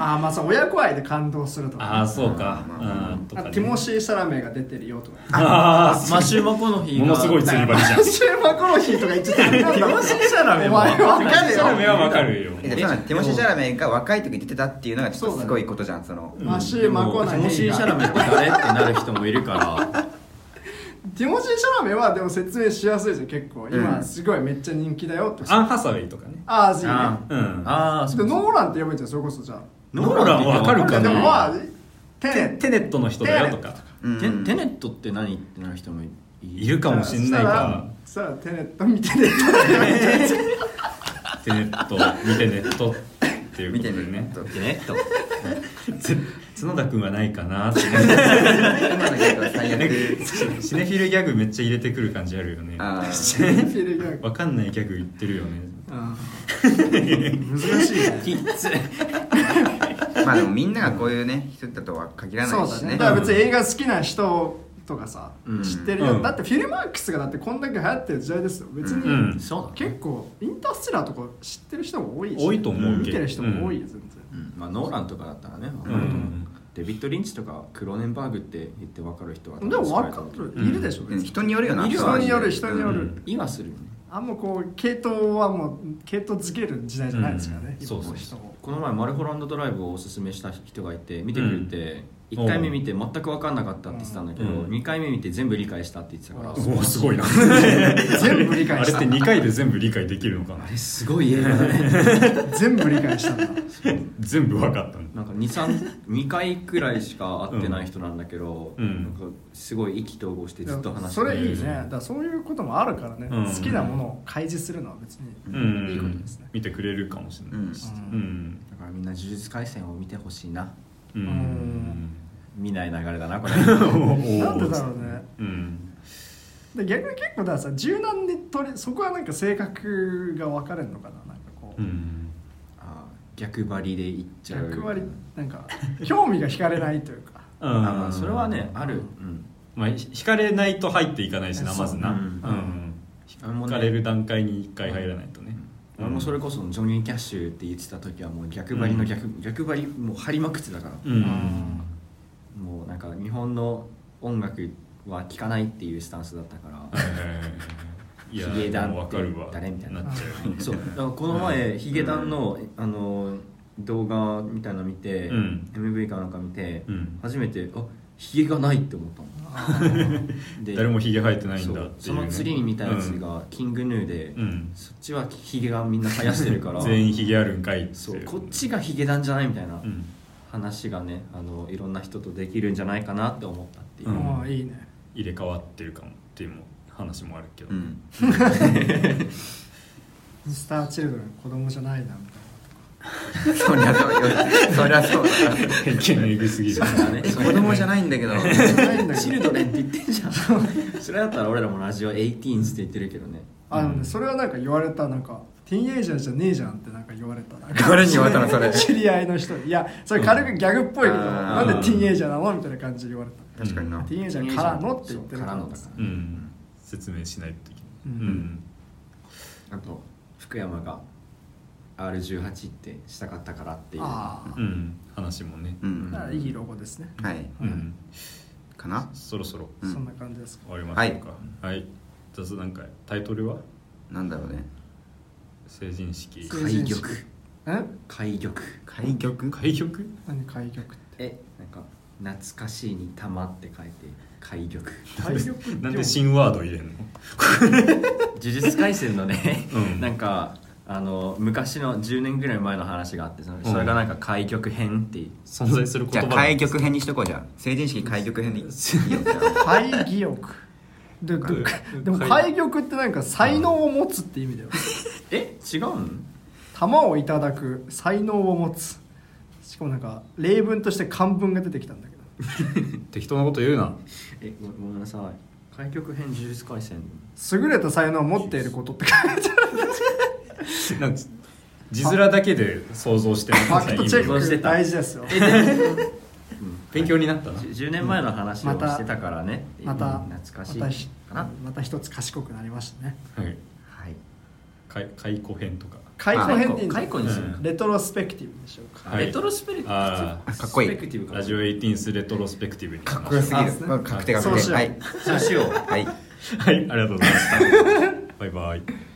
Speaker 4: ああまあさ親子愛で感動すると
Speaker 2: あ
Speaker 4: か
Speaker 2: あそうか
Speaker 1: まあまあ
Speaker 2: あーとか
Speaker 4: あ
Speaker 2: ね
Speaker 4: ティモシー・シャラメが出てるよとか
Speaker 2: あー
Speaker 5: マシュー・マコノヒーが
Speaker 2: ものすごい釣り針じゃん
Speaker 4: マシューマコロヒーとか言っちゃったティモシー・シャラ
Speaker 5: メ
Speaker 4: お
Speaker 5: も
Speaker 4: 前わ
Speaker 2: ティ
Speaker 4: か
Speaker 2: モシ
Speaker 4: る
Speaker 2: ーシャラメは
Speaker 4: よ
Speaker 2: わかるよ
Speaker 1: えでもそうなんティモシー・シャラメが若い時に出てたっていうのがちょっとすごいことじゃんその
Speaker 4: マシュー・マコ
Speaker 5: テ
Speaker 4: ナ
Speaker 5: ィモシ
Speaker 4: ヒ
Speaker 5: ー・
Speaker 4: ー
Speaker 5: シャ
Speaker 4: が
Speaker 5: ラメって誰ってなる人もいるから
Speaker 4: ティモシー・シャラメはでも説明しやすいじゃん結構
Speaker 1: う
Speaker 4: 今
Speaker 1: ん
Speaker 4: すごいめっちゃ人気だよとか
Speaker 2: アン・ハサウェイとかね
Speaker 4: ああそう
Speaker 5: あ
Speaker 4: ね
Speaker 5: ー
Speaker 2: うん
Speaker 5: あー
Speaker 4: で
Speaker 5: そう
Speaker 4: ノーランって呼ばれちゃうそれこそじゃあ
Speaker 2: ノーランわかるか
Speaker 4: で
Speaker 2: な
Speaker 4: もまあテ
Speaker 2: テ
Speaker 4: ネ
Speaker 2: テネットの人だよとか
Speaker 1: うん
Speaker 5: テテネットって何ってなる人もい
Speaker 2: いるかもしんないか
Speaker 4: そしたらテネット見てねって
Speaker 2: テネット見てネットっていうこ
Speaker 1: 見
Speaker 2: と
Speaker 1: て
Speaker 2: で
Speaker 1: ね
Speaker 2: ね
Speaker 1: ちょっと
Speaker 5: テネット
Speaker 2: つ角田君はないかなって
Speaker 1: 今のゲート最悪
Speaker 2: シネフィルギャグめっちゃ入れてくる感じあるよね
Speaker 1: あー
Speaker 4: テネフィルギャグ
Speaker 2: わかんないギャグ言ってるよね
Speaker 4: あ
Speaker 5: 難しいきっつ
Speaker 1: まあでもみんながこういうね人だとは限ら
Speaker 4: あ
Speaker 1: な
Speaker 4: そ
Speaker 1: いうし
Speaker 4: だね
Speaker 1: ね
Speaker 4: だから別に映画好きな人とかさ、
Speaker 5: うん
Speaker 4: 知ってるよ、
Speaker 2: うん
Speaker 4: だってフィルマークスがだってこんだけ流行ってる時代ですよ別に、
Speaker 2: うん
Speaker 5: そうだね
Speaker 4: 結構インターステラーとか知ってる人も多いし
Speaker 2: 多いと思うけど
Speaker 4: 見てる人も多いよ全然、
Speaker 5: うんまあノーランとかだったらねわか
Speaker 2: う
Speaker 5: ると思うんデビッド・リンチとかクローネンバーグって言って分かる人は
Speaker 4: でも分か
Speaker 2: う
Speaker 4: る
Speaker 2: ん
Speaker 4: いるでしょ別
Speaker 1: うん
Speaker 4: に、
Speaker 1: 人によるよな
Speaker 4: 人による人による、
Speaker 2: うん
Speaker 5: 今するよね
Speaker 4: あんまこう系統はもう系統づける時代じゃないですからね、
Speaker 2: うん
Speaker 4: 今の
Speaker 2: そうそう
Speaker 4: 人
Speaker 2: そう
Speaker 4: も
Speaker 5: この前マルホランドドライブをおすすめした人がいて見てくれて、
Speaker 2: うん
Speaker 5: 1回目見て全く分かんなかったって言ってたんだけど、
Speaker 2: うん
Speaker 5: 2回目見て全部理解したって言ってたから、
Speaker 2: おおす [laughs] ごいな
Speaker 4: 全部理解した
Speaker 2: あれって2回で全部理解できるのかな
Speaker 5: えすごい映画だね
Speaker 4: 全部理解したんだ
Speaker 2: 全部わかったの
Speaker 5: [laughs] なんか232回くらいしか会ってない人なんだけど、
Speaker 2: うん
Speaker 5: なんかすごい意気投合してずっと話して
Speaker 4: それいいね
Speaker 2: うん
Speaker 4: だからそういうこともあるからね、
Speaker 2: うん
Speaker 4: 好きなものを開示するのは別に
Speaker 2: うん
Speaker 4: いいことですね、
Speaker 2: 見てくれるかもしれないし
Speaker 4: うん
Speaker 2: うん
Speaker 5: だからみんな呪術廻戦を見てほしいな
Speaker 2: うん
Speaker 4: うん
Speaker 5: 見ない流れだなこれ
Speaker 4: なんでだろ
Speaker 2: う
Speaker 4: うね
Speaker 2: うん
Speaker 4: で逆に結構だからさ柔軟に取りそこはなんか性格が分かれるのかななんかこう、
Speaker 2: うん
Speaker 5: あ逆張りでいっちゃう
Speaker 4: 役割なんか興味が惹かれないというか
Speaker 5: あまあそれはねある、うん
Speaker 2: まあひ惹かれないと入っていかないしな
Speaker 4: そ
Speaker 2: ま
Speaker 4: う
Speaker 2: ずな
Speaker 5: う
Speaker 2: うんん
Speaker 5: あ
Speaker 2: 惹
Speaker 5: のね
Speaker 2: かれる段階に1回入らないとね
Speaker 5: 俺もそれこそジョニー・キャッシュって言ってた時はもう逆張りの逆,、逆張りもう張りまくってたから、
Speaker 2: うん
Speaker 5: もうなんか日本の音楽は聴かないっていうスタンスだった
Speaker 2: [laughs]
Speaker 5: から
Speaker 2: いや
Speaker 5: ヒゲダン
Speaker 2: でもわかるわ
Speaker 5: 誰みたいな
Speaker 2: っちゃう
Speaker 5: そうだからこの前ヒゲダンの,、あの動画みたいなの見て、
Speaker 2: うん
Speaker 5: MV かなんか見て、
Speaker 2: うん
Speaker 5: 初めてあヒゲがないって思ったの
Speaker 2: [laughs]
Speaker 5: で
Speaker 2: 誰もヒゲ生えてないんだっていうね
Speaker 5: そうその次に見たやつがキングヌーで、
Speaker 2: うん
Speaker 5: そっちはヒゲがみんな生やしてるから
Speaker 2: [laughs] 全員ヒゲあるんかいっていう
Speaker 5: そうこっちがヒゲダンじゃないみたいな
Speaker 2: うん
Speaker 5: 話がねあのいろんな人とできるんじゃないかなって思ったっていう、
Speaker 2: うん
Speaker 4: ああいいね
Speaker 2: 入れ替わってるかもっていうも話もあるけど、 [laughs]
Speaker 1: うん
Speaker 4: ミスターチルドレン子供じゃないなみ
Speaker 1: そりゃそうよそりゃそうだ
Speaker 2: 偏見えぐすぎる
Speaker 5: だね
Speaker 1: 子供じゃないんだけど
Speaker 4: たいなないん
Speaker 5: [laughs]
Speaker 4: だ
Speaker 5: チ
Speaker 4: け
Speaker 5: ル
Speaker 4: ど
Speaker 5: ドレンって言ってんじゃんそれだったら俺らもラジオ18って言ってるけどね
Speaker 4: あのねそれはなんか言われたなんかティーンエイジャーじゃねえじゃんってなんか言われたなんか
Speaker 1: 誰に言われたのそれ
Speaker 4: [laughs] 知り合いの人にいやそれ軽くギャグっぽいけど、
Speaker 1: うん
Speaker 4: なんでティーンエイジャーなのみたいな感じで言われた
Speaker 1: 確かにな
Speaker 4: ティーンエイジャーからのって言ってる
Speaker 5: そうから
Speaker 4: ら
Speaker 5: のだか
Speaker 2: うん説明しないといけ
Speaker 4: う
Speaker 2: ない、
Speaker 4: ん
Speaker 5: らあと福山が R18 ってしたかったからっていう
Speaker 4: ああ
Speaker 2: うんうん話もね、
Speaker 1: うん
Speaker 4: だからいいロゴですね、
Speaker 1: はい
Speaker 2: うん、
Speaker 1: かな
Speaker 2: そろそろ
Speaker 1: うん
Speaker 4: そんな感じですか
Speaker 2: 終わりましょうかはい、雑談会タイトルは
Speaker 1: なんだろうね
Speaker 2: 成人式
Speaker 4: 成
Speaker 5: 開
Speaker 4: 人
Speaker 5: 玉
Speaker 4: 式え
Speaker 5: 開玉
Speaker 1: 開局
Speaker 2: 開局
Speaker 4: 何開局って
Speaker 5: えなんか懐かしいに玉って書いて開玉
Speaker 4: 開局って
Speaker 2: なんで新ワード入れんの
Speaker 5: 呪術廻戦のね、
Speaker 2: うん
Speaker 5: なんかあの昔の10年ぐらい前の話があってそれ
Speaker 2: ん
Speaker 5: それがなんか開局編っていう
Speaker 2: 存在する
Speaker 1: じ
Speaker 2: 言
Speaker 1: ゃあ
Speaker 2: 葉
Speaker 1: 開局編にしとこうじゃん成人式開局編でいいよじゃあ
Speaker 4: 開議欲でででも開局ってなんか才能を持つって意味だよ
Speaker 5: え違うん
Speaker 4: 玉をいただく才能を持つしかもなんか例文として漢文が出てきたんだけど
Speaker 2: 適当なこと言うな
Speaker 5: えごごめんなさい開局編呪術廻 [laughs] 戦
Speaker 4: 優れた才能を持っていることって書い
Speaker 5: [laughs]
Speaker 4: て
Speaker 2: なんか字面だけで想像して
Speaker 4: あるファクトチェ
Speaker 5: 想像し
Speaker 4: ッ
Speaker 5: て
Speaker 4: ク
Speaker 5: た
Speaker 4: 大事ですよ
Speaker 2: 勉強になったな、
Speaker 5: じゅ 10, 年前の話を
Speaker 4: また
Speaker 5: してたからね、
Speaker 4: また
Speaker 5: うん懐かしい
Speaker 4: またひ
Speaker 5: かな
Speaker 4: また一つ賢くなりましたね
Speaker 2: はい
Speaker 5: はい
Speaker 2: 開開庫編とか
Speaker 4: 解雇編でいいんだ
Speaker 5: 解雇にする
Speaker 2: う
Speaker 4: レトロスペクティブでしょうか
Speaker 2: はい
Speaker 5: レトロスペル
Speaker 2: あー
Speaker 1: かっこいい
Speaker 5: スペクティブか
Speaker 2: ラジオ18レトロスペクティブに
Speaker 1: かっこよすぎる
Speaker 4: [laughs] あ
Speaker 1: まあ確定確
Speaker 4: そうし
Speaker 1: 定
Speaker 4: よう
Speaker 1: はい
Speaker 5: そうしよう
Speaker 1: はい [laughs]
Speaker 2: はいありがとうございましたバイバイ